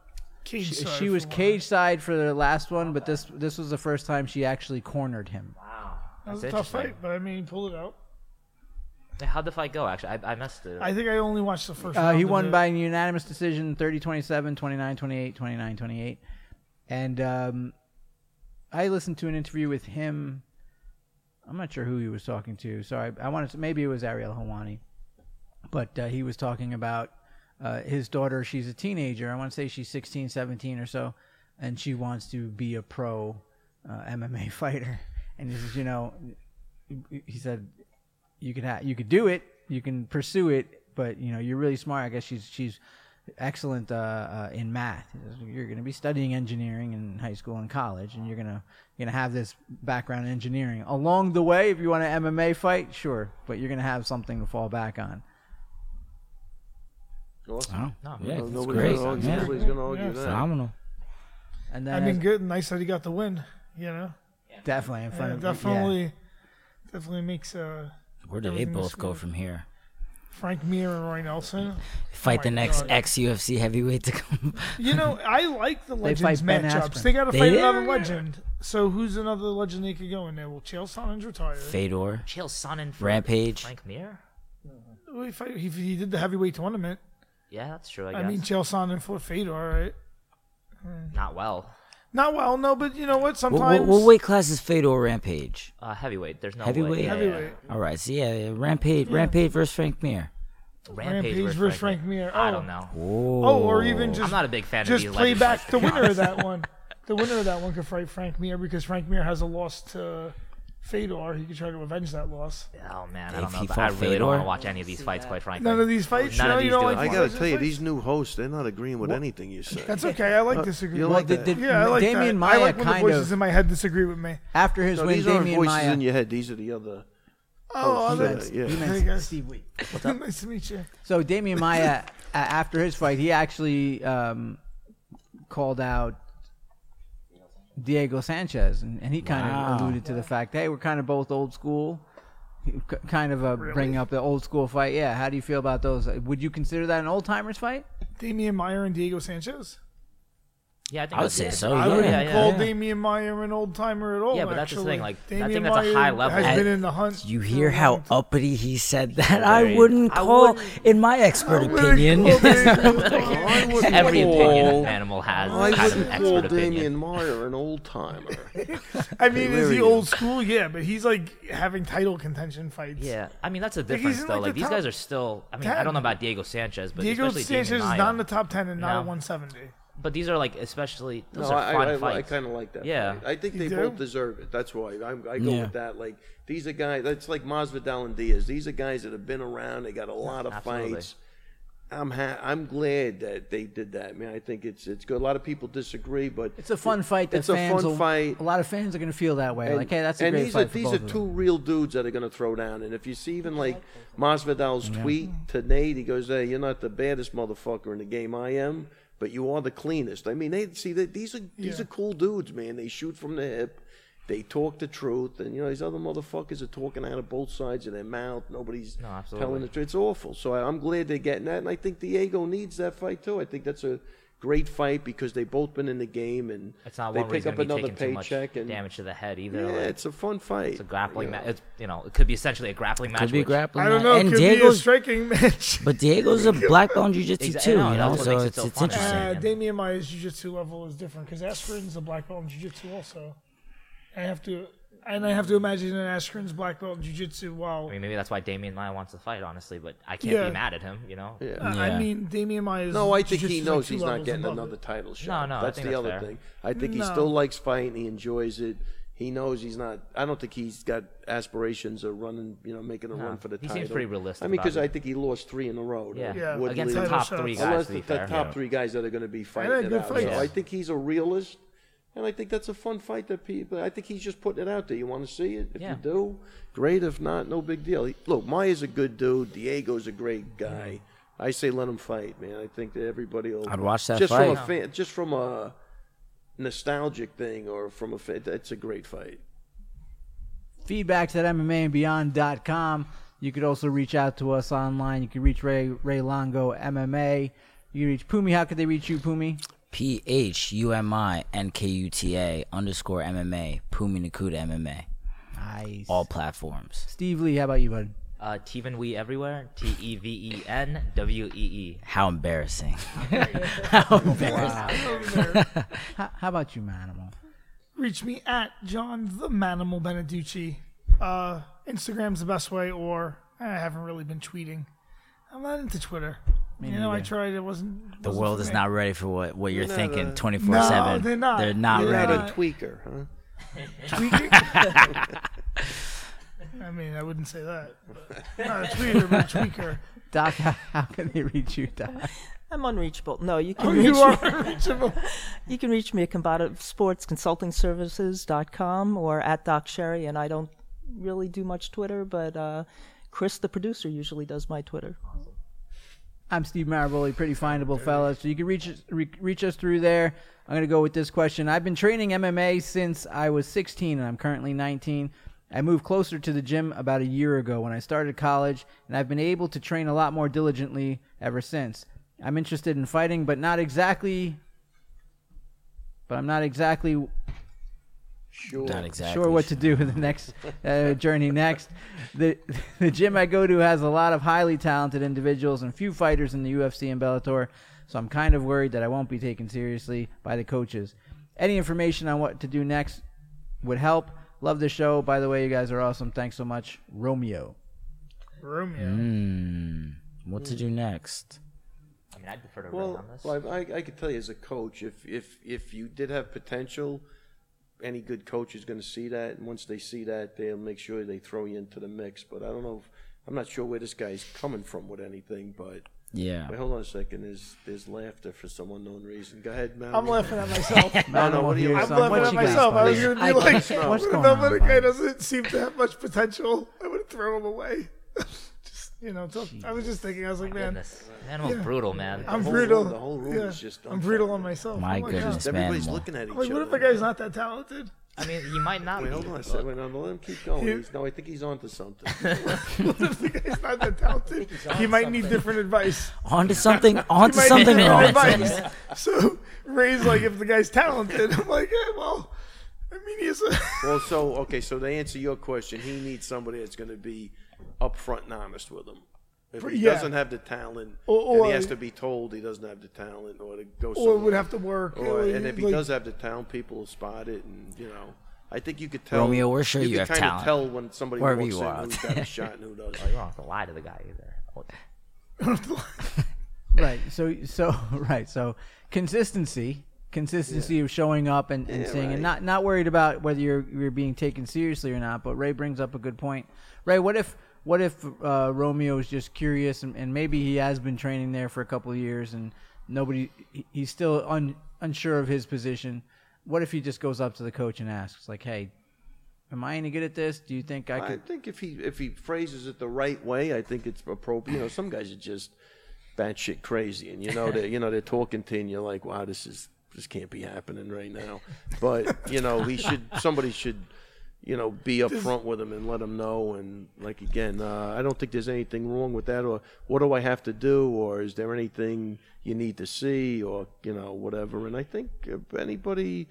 S2: Cage
S1: she,
S2: side
S1: she was
S2: for one.
S1: cage side for the last one, but this this was the first time she actually cornered him.
S6: Wow.
S2: That was a
S6: That's
S2: tough
S6: interesting.
S2: fight, but I mean, he pulled it out.
S6: Yeah, How'd the fight go? Actually, I, I missed it.
S2: I think I only watched the first.
S1: Uh,
S2: round
S1: he
S2: of
S1: won
S2: it.
S1: by unanimous decision 30-27, 29-28, 29-28. And um, I listened to an interview with him I'm not sure who he was talking to. Sorry, I wanted to, maybe it was Ariel Hawani, but uh, he was talking about uh, his daughter. She's a teenager. I want to say she's 16, 17 or so, and she wants to be a pro uh, MMA fighter. And he says, you know, he said, you could ha- you could do it, you can pursue it, but you know, you're really smart. I guess she's she's excellent uh, uh, in math. He says, You're going to be studying engineering in high school and college, and you're gonna you're gonna have this background in engineering. Along the way, if you want an MMA fight, sure, but you're gonna have something to fall back on.
S3: Awesome.
S4: Oh,
S6: No,
S4: yeah,
S6: no,
S4: that's
S3: Nobody's
S4: great.
S3: gonna argue-
S4: Yeah.
S3: nobody's going to argue
S2: Yeah.
S3: that.
S4: Phenomenal.
S1: And then
S2: I mean,
S1: as-
S2: good. Nice that he got the win. You know,
S1: definitely in
S2: Yeah,
S1: front of
S2: definitely, definitely makes uh,
S4: Where do they
S2: Everything is
S4: both go
S2: good.
S4: from here?
S2: Frank Mir and Roy Nelson. Oh
S4: Fight
S2: my
S4: the next
S2: God.
S4: ex UFC heavyweight to come.
S2: You know, I like the legends
S1: fight Ben Askren.
S2: matchups. They got to
S4: They
S2: fight
S4: did?
S2: another legend. So who's another legend they could go in there? Well, Chael Sonnen's retired.
S4: Fedor.
S6: Chael Sonnen for
S4: Rampage.
S6: Frank Mir.
S2: We fight- he, he did the heavyweight tournament.
S6: Yeah, that's true. I,
S2: I,
S6: guess.
S2: mean, Chael Sonnen for Fedor. Right?
S6: not well.
S2: Not well, no, but you know what?
S4: What,
S2: Sometimes
S4: what, what weight class is Fedor Rampage?
S6: Uh, heavyweight. There's no
S4: Heavyweight?
S6: Way. Yeah, yeah, yeah.
S2: heavyweight.
S4: All right, so yeah, yeah, Rampage, Rampage versus Frank Mir.
S6: Rampage,
S2: Rampage versus Frank Mir.
S6: I
S2: Oh.
S6: don't know.
S4: Oh,
S2: Oh, or even just
S6: I'm not a big fan
S2: just
S6: of these
S2: play
S6: legends,
S2: back
S6: to
S2: the
S6: be
S2: winner of
S6: honest.
S2: that one. The winner of that one could fight Frank Mir because Frank Mir has a loss to Fedor. He could try to avenge that loss.
S6: Oh man, I
S4: If
S6: don't know.
S4: he
S6: But I
S4: fought
S6: really don't want
S4: Fedor?
S6: to watch any of these fights, quite frankly.
S2: None of these fights.
S6: None
S2: no,
S6: of
S2: you
S6: these
S2: don't
S6: do
S2: like
S6: it.
S3: I
S2: these
S3: got to
S2: fights?
S3: tell you, these new hosts, they're not agreeing with anything you say.
S2: That's okay. I like disagreeing.
S3: you
S1: Well,
S3: like
S1: the-
S3: that.
S1: the-
S2: yeah, I like
S1: Damian
S2: that.
S1: Maya
S2: I like when
S1: kind
S2: the voices
S1: of-
S2: in my head disagree with me.
S1: after his
S3: No,
S1: win,
S3: these aren't
S1: Damian
S3: voices
S1: Maya.
S3: in your head. These are the other.
S2: Oh,
S1: he
S2: I like-
S1: meant,
S3: yeah.
S1: he
S2: Hey,
S1: meant
S2: guys.
S1: Steve Wheat.
S2: nice to meet you.
S1: So Damian Maya, a- after his fight, he actually um, called out Diego Sanchez, and, and he kind
S4: Wow.
S1: of alluded to the fact, hey, we're kind of both old school. He k- Kind of uh, bring up the old school fight. Yeah, how do you feel about those? Uh, Would you consider that an old timers fight?
S2: Damian Meyer and Diego Sanchez.
S6: Yeah, I, think
S4: I would
S6: it's-
S4: say so.
S2: I
S4: yeah,
S2: wouldn't
S6: yeah,
S4: yeah.
S2: call Damian Meyer an old timer at all.
S6: Yeah, but that's the
S2: actually.
S6: thing, like, I
S2: Damian
S6: think that's a
S2: Meyer
S6: high level.
S2: Has
S6: And-
S2: been in the hunt.
S4: You
S2: for a
S4: hear
S2: long
S4: how
S2: time.
S4: uppity he said that?
S6: Very.
S4: I wouldn't
S6: I
S4: call,
S6: wouldn't-
S4: in my expert
S2: Wouldn't
S4: opinion.
S2: call Damian-
S3: I wouldn't
S6: Every
S3: call-
S6: opinion an animal has
S3: I
S6: has an
S3: wouldn't call
S6: expert opinion.
S3: Damian Meyer an old timer.
S2: I mean, is he
S3: Hilarious.
S2: old school? Yeah, but he's like having title contention fights.
S6: Yeah, I mean that's a
S2: he's
S6: difference
S2: in,
S6: though.
S2: like,
S6: Like
S2: the
S6: these
S2: top
S6: guys are still. I mean, I
S2: 10.
S6: don't know about Diego Sanchez, but
S2: Diego
S6: especially Damian
S2: Sanchez is
S6: Maya.
S2: not in the top ten and not
S6: No.
S2: at 170.
S6: But these are like especially
S3: No,
S6: those
S3: I,
S6: are fun
S3: I, I, I
S6: fights.
S3: kind of like that.
S6: Yeah.
S3: fight. I think they
S2: do?
S3: both deserve it. That's why I'm, I go
S4: Yeah.
S3: with that. Like these are guys. That's like Masvidal and Diaz. These are guys that have been around. They got a lot of
S6: Absolutely.
S3: fights. I'm ha- I'm glad that they did that. I mean, I think it's it's good. A lot of people disagree, but
S1: It's a fun fight. That
S3: It's a
S1: fans
S3: fun
S1: will-
S3: fight.
S1: A lot of fans are going to feel that way. like, hey, that's a
S3: and
S1: great
S3: these
S1: fight
S3: are
S1: for
S3: these
S1: both
S3: are
S1: of them.
S3: two real dudes that are going to throw down. And if you see even like Masvidal's tweet to Nate, he goes, "Hey, you're not the baddest motherfucker in the game. I am, but you are the cleanest." I mean, they see that these are these
S2: Yeah.
S3: are cool dudes, man. They shoot from the hip. They talk the truth, and you know these other motherfuckers are talking out of both sides of their mouth. Nobody's
S6: absolutely.
S3: telling the truth. It's awful. So I, I'm glad they're getting that, and I think Diego needs that fight too. I think that's a great fight because they've both been in the game, and
S6: It's not
S3: they
S6: one where he's
S3: pick up
S6: going to be
S3: another
S6: taking too much
S3: paycheck and
S6: damage to the head either.
S3: yeah,
S6: like,
S3: it's a fun fight.
S6: it's a grappling
S3: you know.
S6: match. It's you know, it could be essentially a grappling match.
S4: Could be
S6: which-
S4: grappling.
S2: I don't know.
S4: And
S2: could be a
S4: Diego's,
S2: striking match.
S4: but Diego's a black belt in jiu-jitsu
S6: Exa-
S4: too,
S6: no,
S4: you
S6: that's
S4: know,
S6: what
S4: so
S6: makes it
S4: it's,
S6: so
S4: it's
S6: fun.
S4: interesting.
S2: Uh,
S6: Yeah.
S2: Damian Maya's jiu-jitsu level is different because Askren's a black belt in jiu-jitsu also. I have to, and I have to imagine an Askren's black belt in jiu-jitsu. Wow.
S6: I mean, maybe that's why Damian Maya wants to fight, honestly. But I can't
S2: Yeah.
S6: be mad at him, you know.
S3: Yeah.
S2: Uh, I
S4: Yeah.
S2: mean, Damian Maya's.
S3: No, I think he
S2: jiu-jitsu's
S3: knows
S2: like two
S3: he's not
S2: levels
S3: getting
S2: above
S3: another
S2: it.
S3: title
S6: No,
S3: shot.
S6: no, I
S3: that's
S6: think
S3: the
S6: that's
S3: other
S6: fair.
S3: thing. I think he
S2: No.
S3: still likes fighting. He enjoys it. He knows he's not. I don't think he's got aspirations of running. You know, making a run for the
S6: he
S3: title.
S6: seems pretty realistic
S3: I mean,
S6: about
S3: because
S6: it.
S3: I think he lost three in a row. to
S6: Yeah.
S2: Yeah.
S3: Woodley.
S6: Against the
S2: Title
S6: top
S2: shots.
S6: three guys,
S3: Unless
S6: to be
S3: the,
S6: fair.
S3: top three guys that are going to be
S2: had
S3: fighting it
S2: good
S3: out.
S2: fights.
S3: So
S6: Yeah.
S3: I think he's a realist, and I think that's a fun fight that people. I think he's just putting it out there. You want to see it? If
S6: Yeah.
S3: you do, great. If not, no big deal. He, look, Maya's a good dude. Diego's a great guy. I say let him fight, man. I think that everybody will.
S4: I'd watch that
S3: just
S4: fight.
S3: From a fan, just from a nostalgic thing or from a fan. It's a great fight.
S1: feedbacks at MMAandBeyond.com. You could also reach out to us online. You can reach Ray Ray Longo MMA. You can reach Pumi. How could they reach you, Pumi?
S4: P H U M I N K U T A underscore MMA, Pumi Nakuta MMA,
S1: Nice.
S4: all platforms.
S1: Steve Lee, how about you, bud?
S6: Uh, Teven Wee everywhere. T E V E N W E E.
S4: How embarrassing. How embarrassing.
S1: How, how about you, Manimal?
S2: Reach me at John the Manimal Beneducci Uh, Instagram's the best way, or eh, I haven't really been tweeting. I'm not into Twitter. you know, I tried. It wasn't.
S4: The world is not ready for what, what you're thinking
S3: they're-
S4: 24 7.
S2: No, they're not.
S4: They're not
S2: They're
S4: ready.
S3: Not
S2: Right.
S3: a tweaker, huh?
S2: tweaker. I mean, I wouldn't say that. But not a tweeter, but a tweaker.
S1: Doc, how, how can they reach you, Doc?
S5: I'm unreachable. No, you can reach
S2: You
S5: me.
S2: are reachable.
S5: You can reach me at combativesportsconsultingservices.com or at Doc Sherry. And I don't really do much Twitter, but uh, Chris, the producer, usually does my Twitter.
S1: I'm Steve Maraboli, pretty findable fella. So you can reach us- re- reach us through there. I'm gonna go with this question. I've been training MMA since I was 16, and I'm currently 19. I moved closer to the gym about a year ago when I started college, and I've been able to train a lot more diligently ever since. I'm interested in fighting, but not exactly. But I'm not exactly
S3: Sure.
S4: Not exactly.
S1: sure what to do in the next uh, journey next. The the gym I go to has a lot of highly talented individuals and few fighters in the UFC and Bellator, so I'm kind of worried that I won't be taken seriously by the coaches. Any information on what to do next would help. Love the show. By the way, you guys are awesome. Thanks so much, Romeo.
S2: Romeo.
S4: Hmm. What to do next?
S6: I mean, I defer to Ray
S3: Well,
S6: on this.
S3: well, I, I could tell you as a coach, if if if you did have potential, any good coach is going to see that, and once they see that, they'll make sure they throw you into the mix. But I don't know. If, I'm not sure where this guy's coming from with anything. But
S4: Yeah.
S3: wait, hold on a second. There's there's laughter for some unknown reason. Go ahead, man.
S2: I'm laughing at myself.
S3: No, no. What do you?
S1: Here's
S2: I'm
S1: some-
S2: laughing
S1: what
S2: at
S1: you got,
S2: myself. I was
S1: buddy?
S2: going to
S4: I
S2: be like,
S4: can't-
S1: what's
S2: when
S1: going
S2: the
S1: on,
S2: other
S1: buddy?
S2: guy doesn't seem to have much potential, I would throw him away. just, you know, so- I was just thinking, I was like, man,
S6: Goodness. Animal brutal, man.
S2: I'm
S3: whole
S2: brutal.
S3: room- the whole room
S2: yeah,
S3: is just
S2: I'm brutal on myself.
S4: My
S2: oh my
S4: goodness.
S2: God.
S3: Everybody's
S4: Manimal.
S3: looking at each
S2: I'm like,
S3: other.
S2: what if the guy's not that talented?
S6: I mean, he might not
S3: Wait,
S6: be.
S3: hold on a
S6: but-
S3: second. Wait, no, no, let him keep going.
S2: Yeah.
S3: He's, no, I think he's onto something.
S2: what if the guy's not that talented? he might need different advice.
S4: Onto something, onto
S2: might
S4: something
S2: need
S4: wrong.
S2: different advice. So Ray's like, if the guy's talented, I'm like, yeah, well, I mean, he's a.
S3: Well, so okay, so to answer your question, he needs somebody that's going to be upfront and honest with him. If he
S2: Yeah.
S3: doesn't have the talent,
S2: Or-
S3: and he
S2: or-
S3: has to be told he doesn't have the talent, or to go
S2: or
S3: somewhere.
S2: would have to work.
S3: Or, and if he
S2: like-
S3: does have the talent, people will spot it, and you know, I think you could tell.
S4: Romeo, we're sure you
S3: could
S4: have
S3: kinda
S4: talent.
S3: Tell when somebody
S4: Wherever
S3: walks
S4: you
S3: in
S4: are.
S3: who's got a shot and who doesn't.
S6: You don't have to lie to the guy either.
S1: right. So so right. So consistency, consistency of showing up and, and seeing, and not not worried about whether you're you're being taken seriously or not. But Ray brings up a good point. Ray, what if what if uh, Romeo is just curious and, and maybe he has been training there for a couple of years and nobody he- he's still un, unsure of his position. What if he just goes up to the coach and asks like, "Hey, am I any good at this? Do you think I
S3: I
S1: could?"
S3: think if he if he phrases it the right way, I think it's appropriate. You know, some guys are just batshit crazy, and you know they you know they're talking to you, and you're like, wow, this is this can't be happening right now. But you know, he should somebody should you know be up front with him and let him know. And like again, uh, I don't think there's anything wrong with that. Or what do I have to do? Or is there anything you need to see? Or you know whatever. And I think if anybody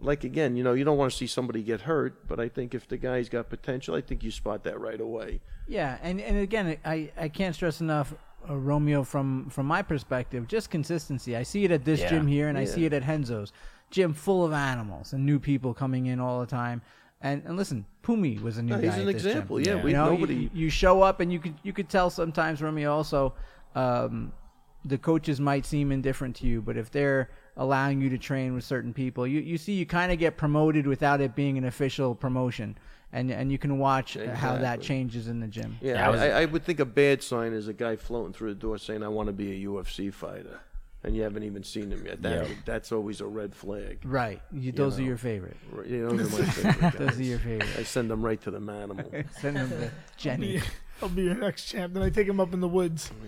S3: like again, you know, you don't want to see somebody get hurt, but I think if the guy's got potential, I think you spot that right away.
S1: Yeah, and, and again, I, I can't stress enough, uh, Romeo, from from my perspective, just consistency. I see it at this
S4: Yeah.
S1: gym here, and I see it at Henzo's gym, full of animals and new people coming in all the time. And and listen, Pumi was a new
S3: No,
S1: guy.
S3: he's an
S1: at this gym.
S3: example. Yeah, we-
S1: you know,
S3: nobody-
S1: you, you show up, and you could you could tell sometimes Romeo also, um, the coaches might seem indifferent to you, but if they're allowing you to train with certain people, you, you see you kind of get promoted without it being an official promotion, and and you can watch uh, how that
S3: Exactly.
S1: changes in the gym.
S3: Yeah,
S4: Yeah, I was-
S3: I, I would think a bad sign is a guy floating through the door saying, "I want to be a UFC fighter," and you haven't even seen him yet. That, That's always a red flag.
S1: Right. You, those are your favorite.
S3: You know, those are my favorite
S1: Those are
S3: guys.
S1: your favorite.
S3: I send them right to the manimal.
S1: Send them to Jenny.
S2: I'll be your next champ. Then I take him up in the woods.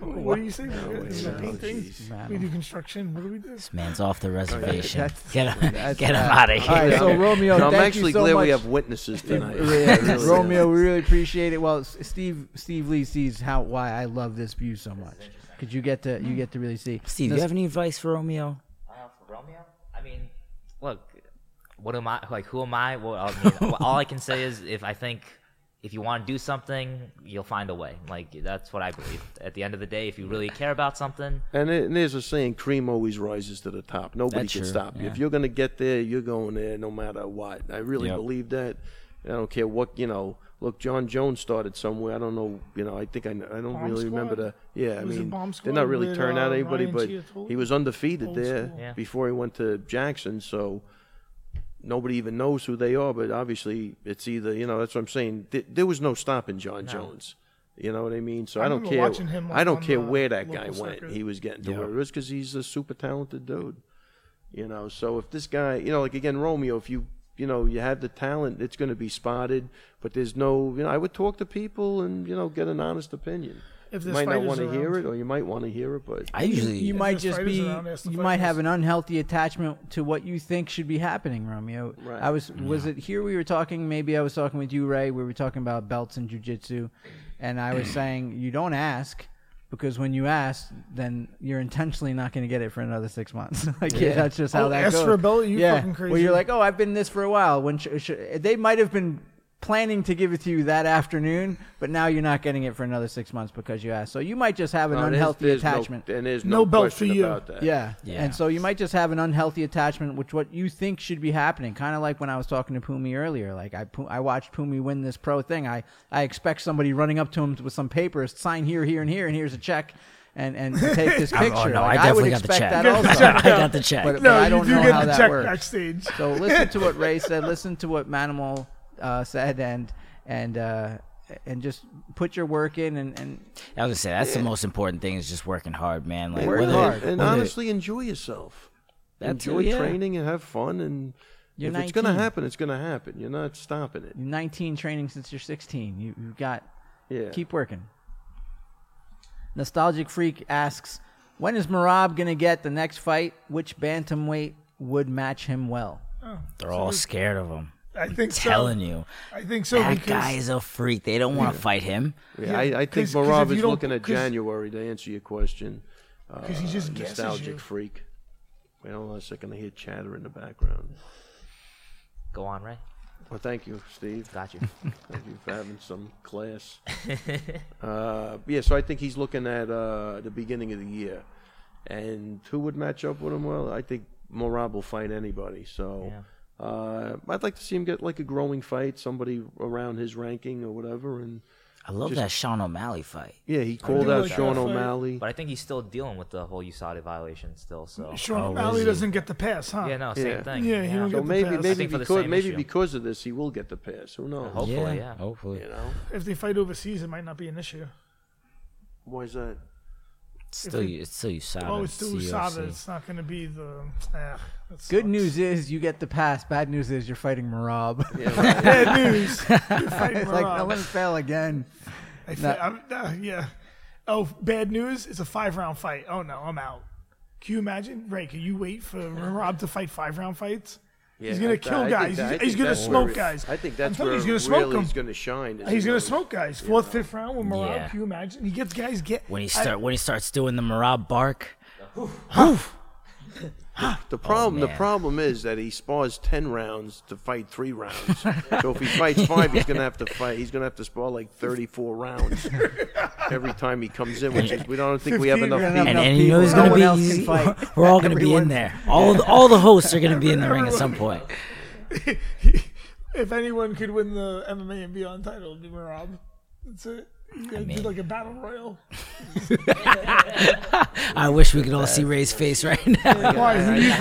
S2: what do you say? Is it painting?
S1: Man.
S2: We do construction. What do we do?
S4: This man's off the reservation.
S1: That's-
S4: get him, get him out of here.
S1: All right, so Romeo,
S3: No, I'm
S1: thank
S3: actually
S1: you so
S3: glad
S1: much.
S3: we have witnesses tonight.
S1: Yeah,
S3: I really am.
S1: Romeo, we really appreciate it. Well, S- Steve, Steve Lee sees how why I love this view so much because you get to you get to really see.
S4: Mm. Steve, you have any advice for Romeo?
S6: Uh, for Romeo, I mean, look, what am I like? Who am I? Well, I mean, all I can say is if I think if you want to do something, you'll find a way. Like that's what I believe. At the end of the day, if you really care about something,
S3: And, it, and there's a saying, cream always rises to the top. Nobody
S4: That's
S3: can
S4: true,
S3: stop you. If
S4: yeah.
S3: you're going to get there, you're going there no matter what. I really
S4: Yep.
S3: believe that. I don't care what, you know. Look, John Jones started somewhere. I don't know. You know, I think I, I don't
S2: Bomb
S3: really remember the.
S2: Squad?
S3: Yeah, I
S2: Was it
S3: mean,
S2: Bomb
S3: they're
S2: Squad
S3: not really
S2: with,
S3: turning out
S2: uh,
S3: anybody,
S2: Ryan
S3: but
S2: Chiotoli?
S3: he was undefeated
S2: Old
S3: there
S2: school.
S6: Yeah.
S3: before he went to Jackson. So nobody even knows who they are. But obviously, it's either you know. That's what I'm saying. Th- there was no stopping John Jones. You know what I mean? So I,
S2: I
S3: don't
S2: remember
S3: care.
S2: watching him,
S3: I
S2: like,
S3: don't
S2: on
S3: care
S2: the
S3: where that guy
S2: local
S3: went.
S2: circuit.
S3: He was getting to
S4: Yeah.
S3: where it was because he's a super talented dude. You know, so if this guy, you know, like again, Romeo, if you, you know, you have the talent, it's going to be spotted. But there's no, you know, I would talk to people and you know get an honest opinion.
S2: If
S3: you
S2: this
S3: might not
S2: fight is
S3: want to hear
S2: around.
S3: it, or you might want to hear it, but
S4: I usually
S1: You might
S2: there's
S1: just
S2: fighters
S1: be,
S2: around, ask the
S1: you might have
S2: fighters.
S1: an unhealthy attachment to what you think should be happening, Romeo.
S3: Right.
S1: I was, was it here we were talking? Maybe I was talking with you, Ray. We were talking about belts and jujitsu, and I was saying you don't ask because when you ask, then you're intentionally not going to get it for another six months. like yeah. that's just how
S2: Oh,
S1: that
S2: ask
S1: goes.
S2: for a belt? You
S1: yeah.
S2: fucking
S1: Well, you're
S2: crazy.
S1: like, oh, I've been in this for a while. When sh- sh- they might have been planning to give it to you that afternoon, but now you're not getting it for another six months because you asked. So you might just have an
S3: No, there's-
S1: unhealthy
S3: there's no-
S1: attachment.
S3: and there's
S2: No
S3: no,
S2: belt for
S3: question
S2: you.
S3: about that.
S1: Yeah.
S4: Uh, Yeah.
S1: And so you might just have an unhealthy attachment with what you think should be happening. Kind of like when I was talking to Pumi earlier. Like I, Pu- I watched Pumi win this pro thing. I, I expect somebody running up to him with some papers, sign here, here, and here, and here's a check, and and to take this
S4: Oh,
S1: picture.
S4: no,
S1: Like,
S4: I definitely
S1: would
S4: got the
S1: expect
S4: check.
S1: that
S4: You got
S1: also.
S4: check. I got the check.
S1: But, but
S2: No,
S1: I
S2: you
S1: don't
S2: do
S1: know
S2: get
S1: how
S2: the
S1: that
S2: check
S1: works.
S2: backstage.
S1: So listen to what Ray said. Listen to what Manimal uh, said, and and uh, and just put your work in, and, and
S4: I was gonna say that's the most important thing is just working hard, man. Like
S1: Work
S4: whether,
S1: hard.
S3: And
S4: whether-
S3: honestly, enjoy yourself.
S4: That too,
S3: enjoy
S4: yeah.
S3: training and have fun. And
S1: You're
S3: if it's going to
S1: 19.
S3: happen, it's going to happen. You're not stopping it.
S1: 19 training since you're 16. You you got
S3: Yeah.
S1: Keep working. Nostalgic Freak asks, when is Marab gonna get the next fight? Which bantamweight would match him well?
S4: they're all scared of him.
S2: I think so.
S4: Telling you,
S2: I think so.
S4: that
S2: because
S4: guy is a freak. They don't want to fight him.
S3: yeah, I, I think
S2: 'cause- 'cause
S3: Marab
S2: if you
S3: is
S2: don't-
S3: looking at
S2: 'cause-
S3: January to answer your question. Uh,
S2: 'cause he just guesses
S3: Nostalgic
S2: you.
S3: freak. Wait hold on a second. I hear chatter in the background.
S6: go on, Ray.
S3: Well, thank you, Steve.
S6: Got you.
S3: Thank you for having some class. uh, yeah, so I think he's looking at uh, the beginning of the year. And who would match up with him? Well, I think Morab will fight anybody. So uh, I'd like to see him get like a growing fight, somebody around his ranking or whatever. And
S4: I love that Sean O'Malley fight.
S3: yeah, he called
S2: do
S3: out
S2: like that
S3: Sean
S2: fight.
S3: O'Malley.
S6: But I think he's still dealing with the whole USADA violation still. So
S2: Sean
S4: Oh,
S2: O'Malley
S4: is he?
S2: doesn't get the pass, huh?
S6: yeah, no, same
S3: Yeah.
S6: thing.
S2: Yeah, he don't
S3: So
S2: get the
S3: maybe,
S2: pass. I
S3: maybe
S6: think for the
S3: because
S6: same
S3: maybe
S6: issue.
S3: because of this, he will get the pass. Who knows?
S6: Hopefully, yeah.
S4: Hopefully,
S3: You know,
S2: If they fight overseas, it might not be an issue.
S3: why is that?
S4: it's still you. It's still E you.
S2: Oh, it's still Usada. It's not going to be the. Eh, that
S1: Good
S2: sucks.
S1: news is you get the pass. Bad news is you're fighting Marab.
S2: Bad news. You're fighting
S1: it's like
S2: Merab.
S1: no one fell again.
S2: I fe- I'm- uh, yeah. Oh, bad news. It's a five round fight. Oh no, I'm out. Can you imagine? Ray, can you wait for Rob to fight five round fights? he's
S3: Yeah,
S2: gonna
S3: I-
S2: kill
S3: I think
S2: guys.
S3: that- I
S2: he's he's
S3: think
S2: gonna
S3: that's
S2: smoke
S3: where-
S2: guys.
S3: I think
S2: I'm
S3: that's
S2: telling
S3: where
S2: you,
S3: he's
S2: he's gonna smoke 'em.
S3: He's going to shine. is
S2: He's
S3: in
S2: gonna
S3: those-
S2: smoke guys. Fourth, fifth round with Merab.
S4: Yeah.
S2: Can you imagine? He gets guys get
S4: When he
S2: I-
S4: start, when he starts doing the Marab bark,
S3: The problem, the
S4: man.
S3: problem is that he spars ten rounds to fight three rounds. so if he fights five, he's gonna have to fight. He's gonna have to spar like thirty-four rounds every time he comes in, which is we don't think we have
S2: 15
S3: enough
S2: rounds.
S3: people.
S4: and,
S1: enough
S4: and you
S1: people.
S4: know he's
S1: No
S4: gonna
S1: one
S4: be.
S1: else can
S4: he's-
S1: fight.
S4: We're all gonna be in
S1: Everyone-
S4: there. All the, all the hosts are gonna be in the ring at some point.
S2: if anyone could win the MMA and Beyond title, it'd be Merab. That's it. You gotta do
S4: mean-
S2: like a battle royal.
S4: I wish we could all see Ray's face right now.
S2: Why?
S3: I-
S2: He-
S3: I-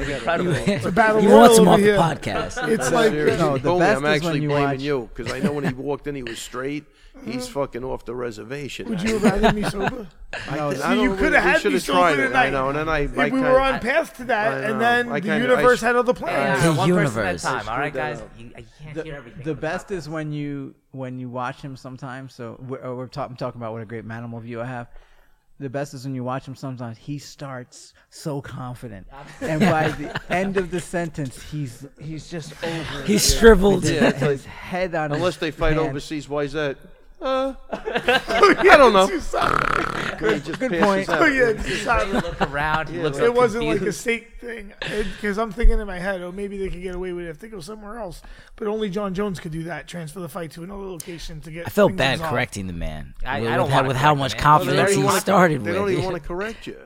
S3: I gotta-
S4: It's
S2: a battle
S4: he
S2: royal
S4: wants him
S2: over
S4: off the
S2: here.
S4: podcast.
S2: It's like
S3: Seriously,
S1: No, the
S3: Comey,
S1: best
S3: I'm
S1: is
S3: actually
S1: when you
S3: blaming
S1: watch-
S3: you because I know when he walked in, he was straight. He's fucking off the reservation.
S2: Would you have rather me sober?
S1: No,
S3: I
S2: you
S3: don't-
S2: coulda
S3: we- we
S2: had
S3: shoulda
S2: me sober
S3: tried it,
S2: tonight.
S3: I know, and then I,
S2: If we were on path to that, and then the universe had other plans.
S4: The
S6: one person at a
S4: universe.
S6: time. All right, guys.
S3: Screwed
S6: You, you can't hear everything.
S1: The best is when you when you watch him sometimes. So we're, uh, we're talking talking about what a great manimal view I have. The best is when you watch him sometimes. He starts so confident, and by the end of the sentence, he's he's just over. it.
S4: He shriveled.
S3: Yeah, it's
S1: his
S3: like,
S1: head on.
S3: unless
S1: his
S3: they fight
S1: hand.
S3: overseas, why is that? Uh, I don't know. Great, just
S1: Good
S3: passes
S1: point.
S3: out.
S2: Oh, yeah, it's just
S6: He
S2: how-
S6: looked around. He looks
S2: it
S6: like
S2: wasn't like a
S6: confused.
S2: state thing because I'm thinking in my head, oh, maybe they could get away with it if they go somewhere else. But only John Jones could do that, transfer the fight to another location to get.
S4: I felt
S2: things
S4: bad
S2: resolved.
S4: correcting the man.
S6: I-
S4: with,
S6: I don't
S4: with how,
S6: wanna
S4: with how
S6: correct
S4: much
S3: They
S6: the man.
S3: don't
S4: confidence
S3: even
S4: he
S3: wanna-
S4: started
S3: They don't
S4: with.
S3: even want to correct you.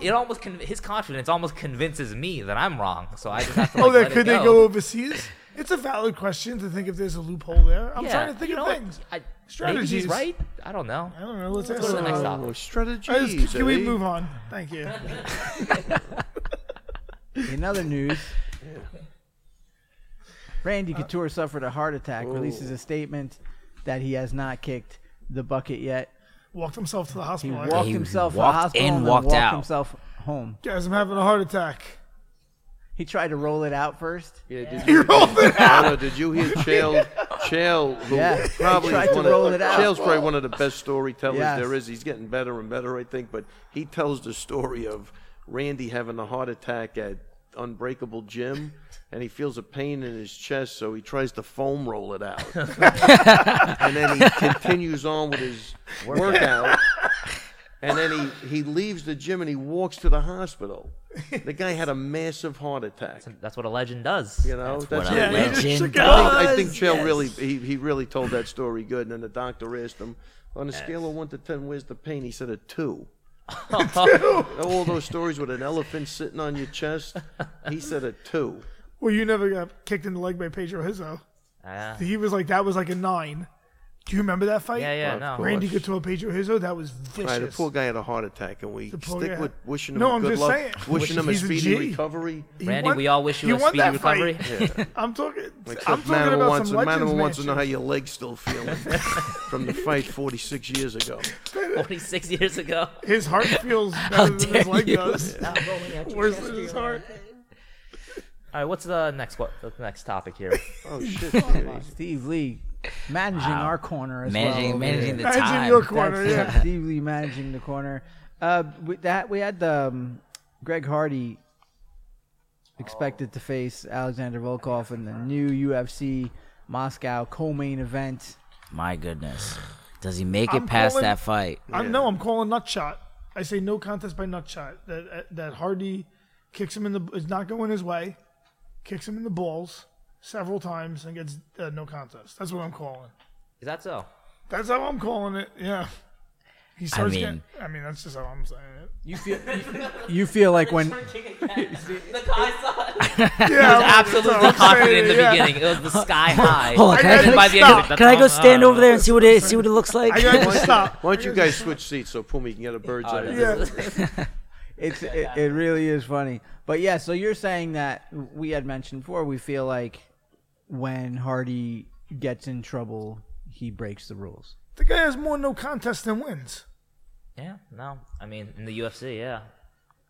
S6: It almost con- his confidence almost convinces me that I'm wrong, so I just have to. Like,
S2: Oh, that
S6: let it
S2: could they
S6: go.
S2: go overseas? It's a valid question to think if there's a loophole there. I'm
S6: Yeah,
S2: trying to think
S6: you
S2: of
S6: know,
S2: things.
S6: I, maybe he's
S2: Strategies.
S6: right. I don't know.
S2: I don't know. Let's ask
S6: go to the
S2: someone.
S6: next
S3: Oh,
S6: topic.
S2: All right,
S3: strategies.
S2: let's- Can we
S3: eh?
S2: move on? Thank you.
S1: In other news, Randy Couture suffered a heart attack. Releases a statement that he has not kicked the bucket yet.
S2: Walked himself to the
S1: He
S2: hospital. I
S1: walked
S2: think.
S4: He
S1: himself to
S4: walked
S1: the hospital
S4: in,
S1: and then
S4: walked
S1: walked
S4: out.
S1: himself home.
S2: Guys, I'm having a heart attack.
S1: He tried to roll it out first.
S3: Yeah, did you, Anna, did you hear Chael? Chael, who
S1: Yeah,
S3: probably
S1: he tried
S3: is
S1: to
S3: one
S1: roll
S3: of,
S1: it out.
S3: Chael's probably one of the best storytellers
S1: Yes.
S3: there is. He's getting better and better, I think. But he tells the story of Randy having a heart attack at Unbreakable Gym, and he feels a pain in his chest, so he tries to foam roll it out, and then he continues on with his workout. And then he, he leaves the gym and he walks to the hospital. The guy had a massive heart attack.
S6: That's what a legend does.
S3: You know,
S4: What
S3: that's
S4: a
S3: it.
S2: he just
S4: legend
S2: shook it
S3: I
S2: off.
S4: does.
S3: think, I think
S1: Yes,
S3: Chael
S1: yes.
S3: really he, he really told that story good. And then the doctor asked him on a scale of one to ten, where's the pain? He said a two. All those stories with an elephant sitting on your chest, he said a two.
S2: Well, you never got kicked in the leg by Pedro Hizo.
S6: Ah.
S2: He was like, that was like a nine. Do you remember that fight?
S6: yeah, yeah,
S3: Of
S6: no.
S3: course.
S2: Randy Couture, Pedro Hizo, that was vicious.
S3: All right, the poor guy had a heart attack, and we
S2: poor
S3: stick
S2: guy.
S3: with wishing him
S2: No,
S3: a
S2: I'm
S3: good
S2: just
S3: luck,
S2: saying.
S3: wishing him a
S2: He's a
S3: speedy
S2: G.
S3: recovery.
S2: He
S6: Randy,
S2: won-
S6: we all wish you,
S2: he
S6: a
S2: won
S6: speedy
S2: that fight.
S6: recovery.
S2: I'm talking. I'm
S3: Except
S2: talking about
S3: Manimal wants,
S2: some
S3: to-
S2: legends
S3: Manimal wants to know how
S2: matches.
S3: your leg's still feeling from the fight 46 years ago.
S6: 46 years ago.
S2: His heart feels better than
S4: dare
S2: his leg
S4: you.
S2: does. Worse than his heart.
S6: All right, what's the next what, the next topic here?
S3: Oh shit! dude.
S1: Steve Lee managing our corner as
S4: Managing,
S1: well.
S4: managing the
S2: Imagine
S4: time.
S2: your corner,
S1: That's
S2: yeah.
S1: Steve Lee managing the corner. Uh, with that we had um, Greg Hardy expected to face Alexander Volkov in the new UFC Moscow co-main event.
S4: My goodness, does he make it
S2: I'm
S4: past
S2: calling-
S4: that fight?
S2: I'm no, I'm calling nutshot. I say no contest by nutshot. That that- that Hardy kicks him in the is not going his way, kicks him in the balls several times and gets uh, no contest. That's what I'm calling.
S6: Is that so?
S2: That's how I'm calling it. Yeah. He starts
S4: mean-
S2: getting. I mean, that's just how I'm saying it.
S1: You feel you feel like when
S2: Yeah, I'm- that's how
S6: Absolutely
S2: I'm
S6: confident
S2: saying
S6: in the
S2: it, yeah.
S6: beginning. It was the sky high.
S4: Hold on,
S2: I
S4: can I,
S2: gotta
S4: go-
S6: By the end of
S2: stop.
S6: it, that's
S4: can I go
S6: all-
S4: stand over there and see what it see what it looks like?
S2: I gotta stop.
S3: Why don't you guys switch seats so Puma can get a bird's eye? view?
S2: Yeah.
S1: it's it, it really is funny. But yeah, so you're saying that we had mentioned before we feel like when Hardy gets in trouble, he breaks the rules.
S2: The guy has more no contest than wins.
S6: Yeah, no. I mean, in the UFC, yeah.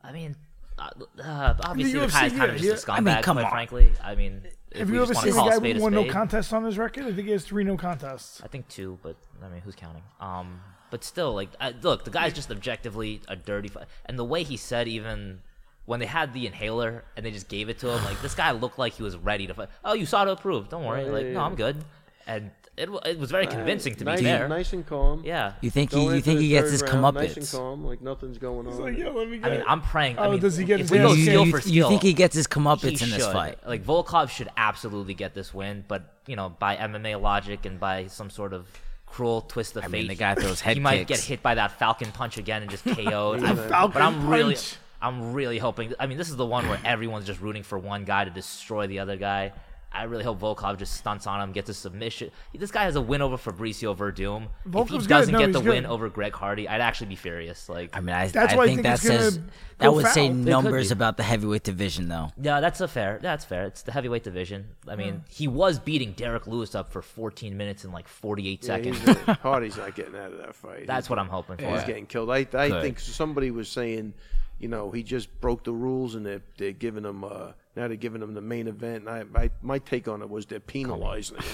S6: I mean, uh, uh, obviously, the
S2: UFC,
S6: guy's kind of
S2: yeah,
S6: just a
S2: yeah.
S6: scumbag,
S4: I mean, come
S6: quite
S4: on.
S6: frankly. I mean, if
S2: Have
S6: we
S2: you ever
S6: just want to
S2: seen a
S6: call
S2: guy
S6: spade
S2: with
S6: a
S2: one no
S6: spade.
S2: contest on his record? I think he has three no contests.
S6: I think two, but I mean, who's counting? Um, but still, like, I, look, the guy's just objectively a dirty, fu- and the way he said even when they had the inhaler and they just gave it to him, like this guy looked like he was ready to fight. Oh, you saw to approve. Don't worry. like, no, I'm good. And it, wa- it was very convincing to be
S3: nice,
S6: there.
S3: nice and calm.
S6: Yeah.
S4: You think
S3: Go
S4: he you
S3: into
S4: think
S3: the
S4: he gets
S3: third
S4: his
S3: round, Nice and
S4: comeuppance?
S3: calm, like nothing's going on.
S2: He's like, yeah, let me
S6: I
S2: get
S6: mean,
S2: it."
S6: I'm praying. I
S2: Oh,
S6: mean,
S2: does he get
S6: if
S2: his
S6: we
S2: ass
S6: go
S2: kicked?
S4: you,
S6: skill
S4: you-
S6: for
S4: you
S6: skill,
S4: think he gets his
S6: he
S4: comeuppance in this
S6: should.
S4: fight?
S6: Like Volkov should absolutely get this win, but you know, by MMA logic and by some sort of cruel twist of
S4: I
S6: fate,
S4: mean, the guy throws head
S6: he might get
S4: kicks.
S6: hit by that Falcon punch again and just KO'd. I'm-
S2: Falcon
S6: but I'm really,
S2: punch.
S6: I'm really hoping. I mean, this is the one where everyone's just rooting for one guy to destroy the other guy. I really hope Volkov just stunts on him, gets a submission. This guy has a win over Fabricio Verdum. if
S2: Volkov's
S6: he
S2: good.
S6: doesn't
S2: No,
S6: get
S2: he's
S6: the
S2: good.
S6: win over Greg Hardy, I'd actually be furious. Like,
S4: I mean, I,
S2: That's
S4: I
S2: why I
S4: think
S2: think
S4: that
S2: it's gonna
S4: says
S2: go
S4: that would say
S2: foul. It could
S4: numbers
S6: be.
S4: about the heavyweight division, though.
S6: Yeah, that's a fair. That's fair. It's the heavyweight division. I
S3: Hmm.
S6: mean, he was beating Derek Lewis up for 14 minutes and like 48
S3: Yeah,
S6: seconds.
S3: he's not- Hardy's not getting out of that fight.
S6: that's
S3: he's,
S6: what I'm hoping for.
S3: he's getting killed. I, I think somebody was saying, you know, he just broke the rules, and they're, they're giving him uh, now they're giving him the main event. And I, I my take on it was they're penalizing him.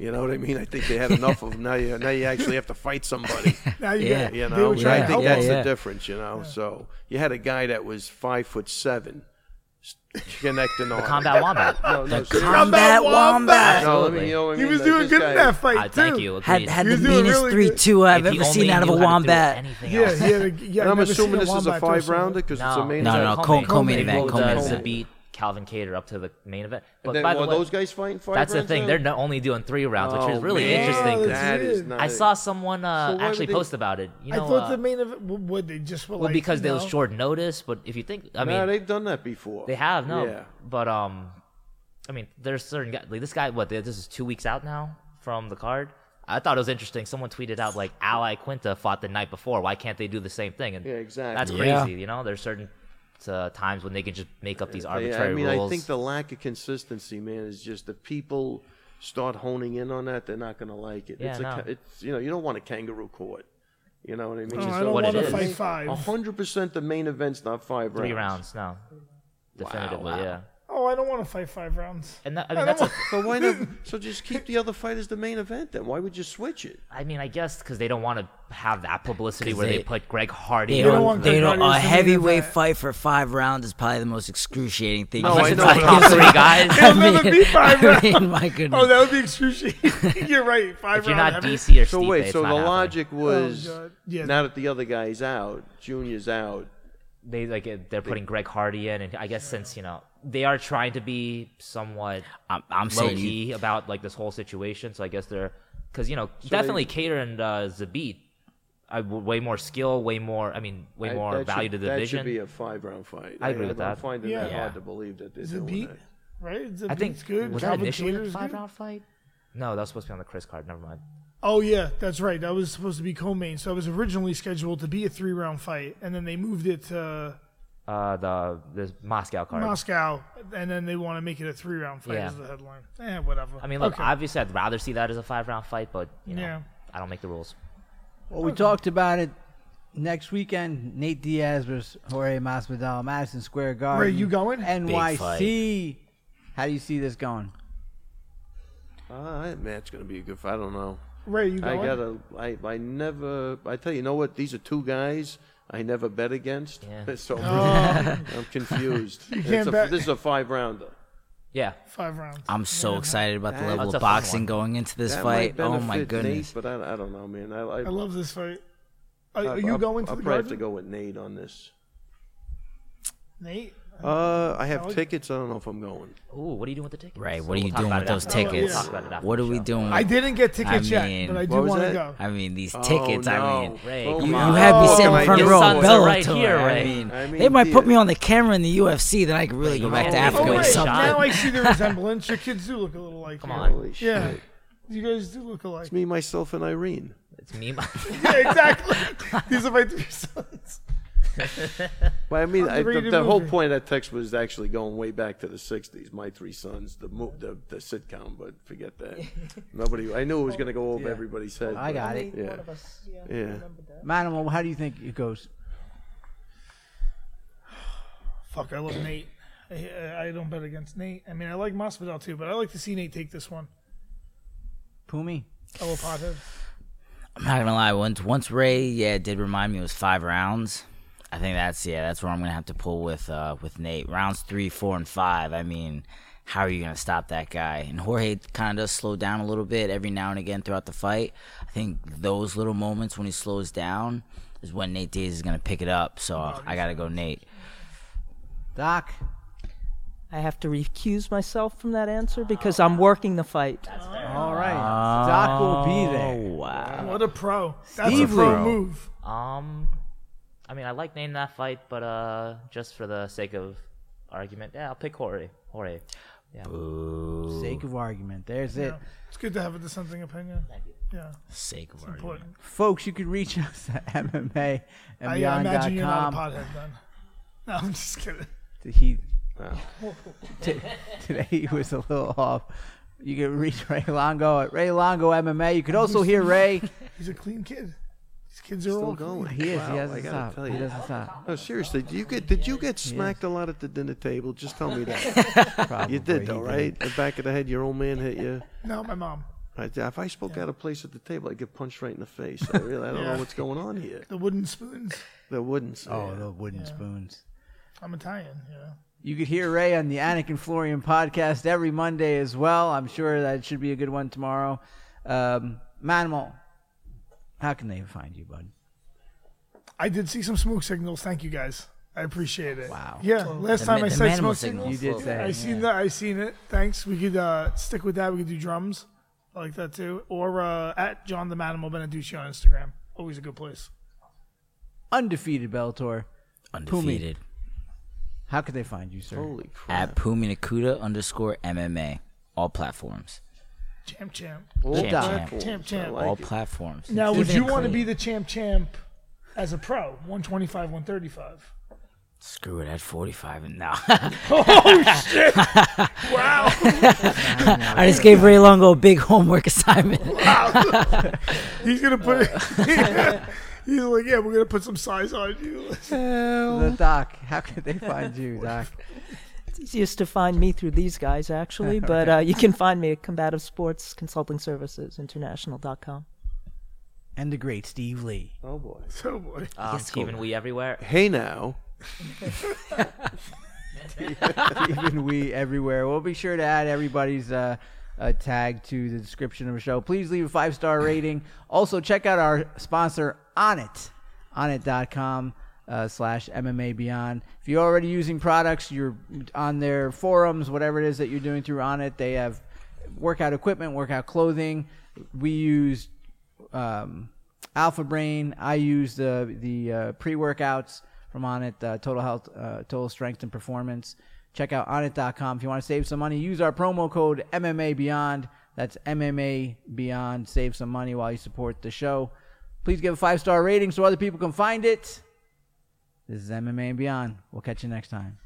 S3: You know what I mean? I think they had enough of him. Now you now you actually have to fight somebody.
S2: now you
S4: Yeah.
S2: get it.
S3: You
S2: They
S3: know,
S2: were
S3: which
S2: trying
S3: I
S2: to
S3: think
S2: help
S3: that's the
S4: yeah.
S3: difference. You know, so you had a guy that was five foot seven, connecting on.
S6: Combat Wombat.
S3: No, no,
S4: The
S3: seriously.
S4: Combat
S2: Combat
S4: Wombat.
S3: No, let me-
S6: Absolutely.
S3: you know what I
S2: He
S3: mean?
S2: was
S3: Like,
S2: doing
S3: this
S2: good
S3: guy-
S2: in that fight
S6: I
S2: too.
S6: thank you.
S4: Had
S6: Agreed.
S4: had
S2: He
S4: the
S2: was doing
S4: meanest
S2: really
S4: three
S2: good.
S4: two I've
S6: If he
S4: ever seen
S6: only
S4: out of a
S6: knew how to do
S4: wombat.
S6: anything
S2: Yeah,
S6: else.
S2: yeah. the- yeah
S3: And
S2: I've
S3: I'm
S2: never seen
S3: assuming this is a
S2: wombat throw
S3: five
S2: someone.
S3: rounder because it's a main
S4: No,
S3: event.
S4: no, co- co-main
S6: They
S4: event,
S6: rolled
S4: co-main
S6: up to
S4: event.
S6: beat Calvin Cater up to the main event. But
S3: Then,
S6: by the
S3: were
S6: way,
S3: those guys fighting five
S6: that's the
S3: rounds
S6: thing.
S3: now?
S6: They're not only doing three rounds, which is
S3: Oh,
S6: really
S3: man.
S6: interesting. 'cause
S3: That is
S2: I
S3: not
S6: I saw someone uh,
S3: So why
S6: actually
S3: would they-
S6: post about it. You know,
S2: I thought
S6: uh,
S2: the main event w- would they just were
S6: well,
S2: like,
S6: because they
S2: you
S6: was
S2: know,
S6: short notice. But if you think, I mean,
S3: nah,
S6: they,
S3: they've done that before.
S6: have no.
S3: Yeah.
S6: But um, I mean, there's certain guy. Like this guy, what? This is two weeks out now from the card. I thought it was interesting. Someone tweeted out like Ally Quinta fought the night before. Why can't they do the same thing? And
S3: Yeah, exactly.
S6: That's
S4: Yeah.
S6: crazy. You know, there's certain uh, times when they can just make up these
S3: Yeah,
S6: arbitrary
S3: I mean, I
S6: rules.
S3: think the lack of consistency, man, is just the people start honing in on that. They're not going to like it.
S6: Yeah,
S3: it's, a,
S6: no.
S3: ca- it's you know, you don't want a kangaroo court. You know what I mean?
S2: No,
S6: is
S2: I don't
S6: what it
S2: want to fight
S6: is.
S2: five.
S3: hundred percent, the main event's not five
S6: three
S3: rounds.
S6: rounds, no, definitively, yeah.
S2: Oh, I don't want to fight five rounds.
S6: And that, I mean, that's a,
S3: So why not? So just keep the other fight as the main event. Then why would you switch it?
S6: I mean, I guess because they don't want to have that publicity
S4: 'Cause
S6: where they,
S4: they-
S6: put Greg Hardy.
S4: They
S6: on-
S2: don't
S4: don't.
S2: want
S4: They
S2: Greg
S4: don't.
S2: Hardy
S4: A
S2: as the main
S4: heavyweight
S2: event.
S4: fight for five rounds is probably the most excruciating thing.
S3: No,
S4: you
S3: I
S4: can
S3: know,
S4: fight
S3: but I'm
S4: in some-
S6: three guys.
S2: It'll never be five
S4: I
S2: rounds.
S4: mean, my
S2: Oh,
S4: goodness.
S2: that would be excruciating. You're right. Five
S6: If you're
S2: round
S6: not
S2: heavy.
S6: DC or
S3: So
S6: Stipe,
S3: wait,
S6: it's
S3: so the
S6: not happening.
S3: logic was
S2: God. Yeah.
S3: now that the other guy's out, Junior's out.
S6: they like uh, they're putting Greg Hardy in, and I guess since you know they are trying to be somewhat
S4: I'm, I'm
S6: low
S4: saying you,
S6: key about like this whole situation, so I guess they're because you know definitely Cater and uh, Zabit, I w way more skill, way more. I mean, way
S3: I-
S6: more
S3: that
S6: value
S3: should,
S6: to the
S3: that
S6: division.
S3: should be a five round fight.
S6: I agree with
S3: don't
S6: that.
S3: find it
S2: Yeah.
S3: that
S4: Yeah.
S3: hard to believe that they're
S2: The
S3: doing
S2: beat,
S3: that.
S2: right? The
S6: I think
S2: beat's good.
S6: was that
S2: Calvin
S6: initially a
S2: Cater's
S6: five
S2: good.
S6: round fight? No, that was supposed to be on the Chris card. Never mind.
S2: Oh yeah, that's right. That was supposed to be co-main, so it was originally scheduled to be a three-round fight, and then they moved it to
S6: Uh, the the Moscow card.
S2: Moscow, and then they want to make it a three-round fight
S6: Yeah.
S2: as the headline. Eh, whatever.
S6: I mean, look,
S2: Okay.
S6: obviously I'd rather see that as a five round fight, but you know,
S2: Yeah.
S6: I don't make the rules.
S1: Well, we talked about it next weekend. Nate Diaz versus Jorge Masvidal, Madison Square Garden.
S2: Where are you going?
S1: NYC. How do you see this going?
S3: Ah, that match gonna be a good fight. I don't know.
S2: Ray, you
S3: I
S2: going?
S3: gotta. I, I never. I tell you, you know what? These are two guys I never bet against.
S6: Yeah.
S3: So I'm confused.
S2: can't
S3: It's a,
S2: bet.
S3: this is a five rounder.
S6: Yeah,
S2: five rounds.
S4: I'm so excited about the
S3: That's
S4: level
S6: a
S4: of
S6: fun
S4: boxing
S6: one.
S4: going into this
S3: That
S4: fight.
S3: might
S4: Oh my
S3: benefit
S4: goodness.
S3: Nate, but I, I don't know, man. I, I,
S2: I love this fight. Are,
S3: I-
S2: are you
S3: Uh, I'll-
S2: going to
S3: I'll
S2: the
S3: probably
S2: garden?
S3: have to go with Nate on this.
S2: Nate.
S3: Uh, I have
S2: Alex?
S3: tickets. I don't know if I'm going.
S6: Ooh, what are you doing with the tickets?
S4: Right,
S6: So
S4: what are you
S6: talk
S4: doing
S6: about
S4: with
S6: it
S4: those
S6: after- we'll
S4: tickets?
S6: talk about it after
S4: What
S6: the
S4: are we
S6: show.
S4: doing?
S2: I didn't get tickets
S4: I mean-
S2: yet, but I do
S3: What was
S2: want to
S3: that?
S2: go.
S4: I mean, these tickets.
S3: Oh,
S4: I
S3: no.
S4: mean,
S6: Ray,
S3: Oh,
S6: come
S4: you,
S3: my-
S4: you had me
S3: Oh,
S4: sitting
S3: my
S4: in front
S3: God.
S4: row
S6: Your
S4: of
S6: sons are
S4: Bellator.
S6: right here,
S4: I
S6: Ray.
S4: mean,
S3: I mean,
S4: they might put
S3: yeah.
S4: me on the camera in the UFC. Then I could really go back to
S6: Oh,
S4: Africa
S2: Oh
S4: or
S2: wait,
S6: shot.
S2: now
S4: something.
S2: I see the resemblance. Your kids do look a little like. Come
S6: on.
S3: Holy
S2: Yeah,
S3: shit!
S2: you guys do look alike.
S3: Me, myself, and Irene.
S6: It's me. My,
S2: yeah, exactly. These are my three sons.
S3: Well, I mean, I, the,
S2: Underrated
S3: the whole
S2: movie.
S3: point of that text was actually going way back to the '60s. My three sons, the mo- the, the sitcom, but forget that. Nobody. I knew it was going to go over everybody's head.
S1: I
S3: but-
S1: got it.
S3: Yeah. Yeah.
S1: Manimal, how do you think it goes?
S2: Fuck, I love Nate. I, I don't bet against Nate. I mean, I like Masvidal too, but I like to see Nate take this one.
S1: Pumi?
S2: I will pothead.
S4: I'm not gonna lie. Once once Ray, yeah, did remind me it was five rounds. I think that's yeah, that's where I'm gonna have to pull with uh with Nate. Rounds three, four, and five. I mean, how are you gonna stop that guy? And Jorge kind of does slow down a little bit every now and again throughout the fight. I think those little moments when he slows down is when Nate Diaz is gonna pick it up. So I gotta go Nate.
S1: Doc?
S5: I have to recuse myself from that answer because I'm working the fight.
S1: All right. Doc will be there.
S4: Wow.
S2: What a pro. That's
S1: Steve
S2: a pro
S1: Lee.
S2: move.
S6: um, I mean, I like naming that fight, but uh, just for the sake of argument, yeah, I'll pick Jorge. Jorge.
S1: Sake of argument. There's it.
S2: It's good to have a dissenting opinion. Yeah,
S4: Sake of argument.
S2: important.
S1: Folks, you can reach us at MMA and
S2: I, I imagine you're not a
S1: beyond.com.
S2: pothead then. No, I'm just kidding.
S1: He, T- today he was a little off. You can reach Ray Longo at Ray Longo MMA. You can also hear Ray.
S2: He's a clean kid. These kids are
S3: Still
S2: all
S3: going.
S1: He is.
S3: Wow,
S1: he
S3: I
S1: hasn't
S3: gotta
S1: stopped.
S3: tell
S1: He
S3: you.
S1: doesn't stop.
S3: No, seriously, did you get did you get smacked a lot at the dinner table? Just tell me that.
S1: Probably.
S3: You did though,
S1: He
S3: right? The back of the head, your old man hit you.
S2: No, my mom.
S3: I, if I spoke out of place at the table, I'd get punched right in the face. I really, I don't know
S2: Yeah.
S3: what's going on here.
S2: The wooden spoons.
S3: There wouldn't.
S1: Oh, the wooden spoons.
S2: I'm Italian. Yeah.
S1: You could hear Ray on the Anakin Florian podcast every Monday as well. I'm sure that should be a good one tomorrow. Um, Manimal, how can they find you, bud?
S2: I did see some smoke signals. Thank you guys. I appreciate it.
S1: Wow.
S2: Yeah. Last
S4: The
S2: time
S4: ma-
S2: I
S4: the
S2: said
S4: manimal
S2: smoke
S4: signals.
S1: You
S2: signals.
S1: did say.
S2: I seen that. I seen it. Thanks. We could uh, stick with that. We could do drums. I like that too. Or uh, at John the Manimal Beneducci on Instagram. Always a good place.
S1: Undefeated Bellator.
S4: Undefeated.
S1: How could they find you, sir?
S3: Holy crap!
S4: At Pumi Nakuda underscore MMA. All platforms.
S2: Champ, champ,
S3: All
S4: Champ,
S3: platforms.
S2: champ, champ.
S3: I
S4: all
S3: like it.
S4: platforms.
S2: Now, would
S4: Even
S2: you
S4: in
S2: want to be
S4: clean.
S2: the champ, champ as a pro? 125, 135.
S4: Screw it at 45 and now.
S2: Wow.
S4: I just gave Ray Longo a big homework assignment.
S2: He's going to put it. Uh. He's like, yeah, we're going to put some size on you.
S1: The doc. How could they find you, doc?
S5: It's easiest to find me through these guys, actually, but uh, you can find me at Combative Sports Consulting Services International.com.
S1: And the great Steve Lee.
S3: Oh boy.
S2: so, boy.
S6: Um, Steven We everywhere.
S3: Hey now.
S1: even we everywhere. We'll be sure to add everybody's uh, uh, tag to the description of the show. Please leave a five star rating. Also, check out our sponsor, Onnit, onnit.com. Uh, slash MMA Beyond. If you're already using products, you're on their forums, whatever it is that you're doing through Onnit, they have workout equipment, workout clothing. We use um, Alpha Brain. I use the the uh, pre workouts from Onnit, uh, Total Health, uh, Total Strength and Performance. Check out Onnit.com if you want to save some money. Use our promo code MMA Beyond. That's MMA Beyond. Save some money while you support the show. Please give a five star rating so other people can find it. This is MMA and Beyond. We'll catch you next time.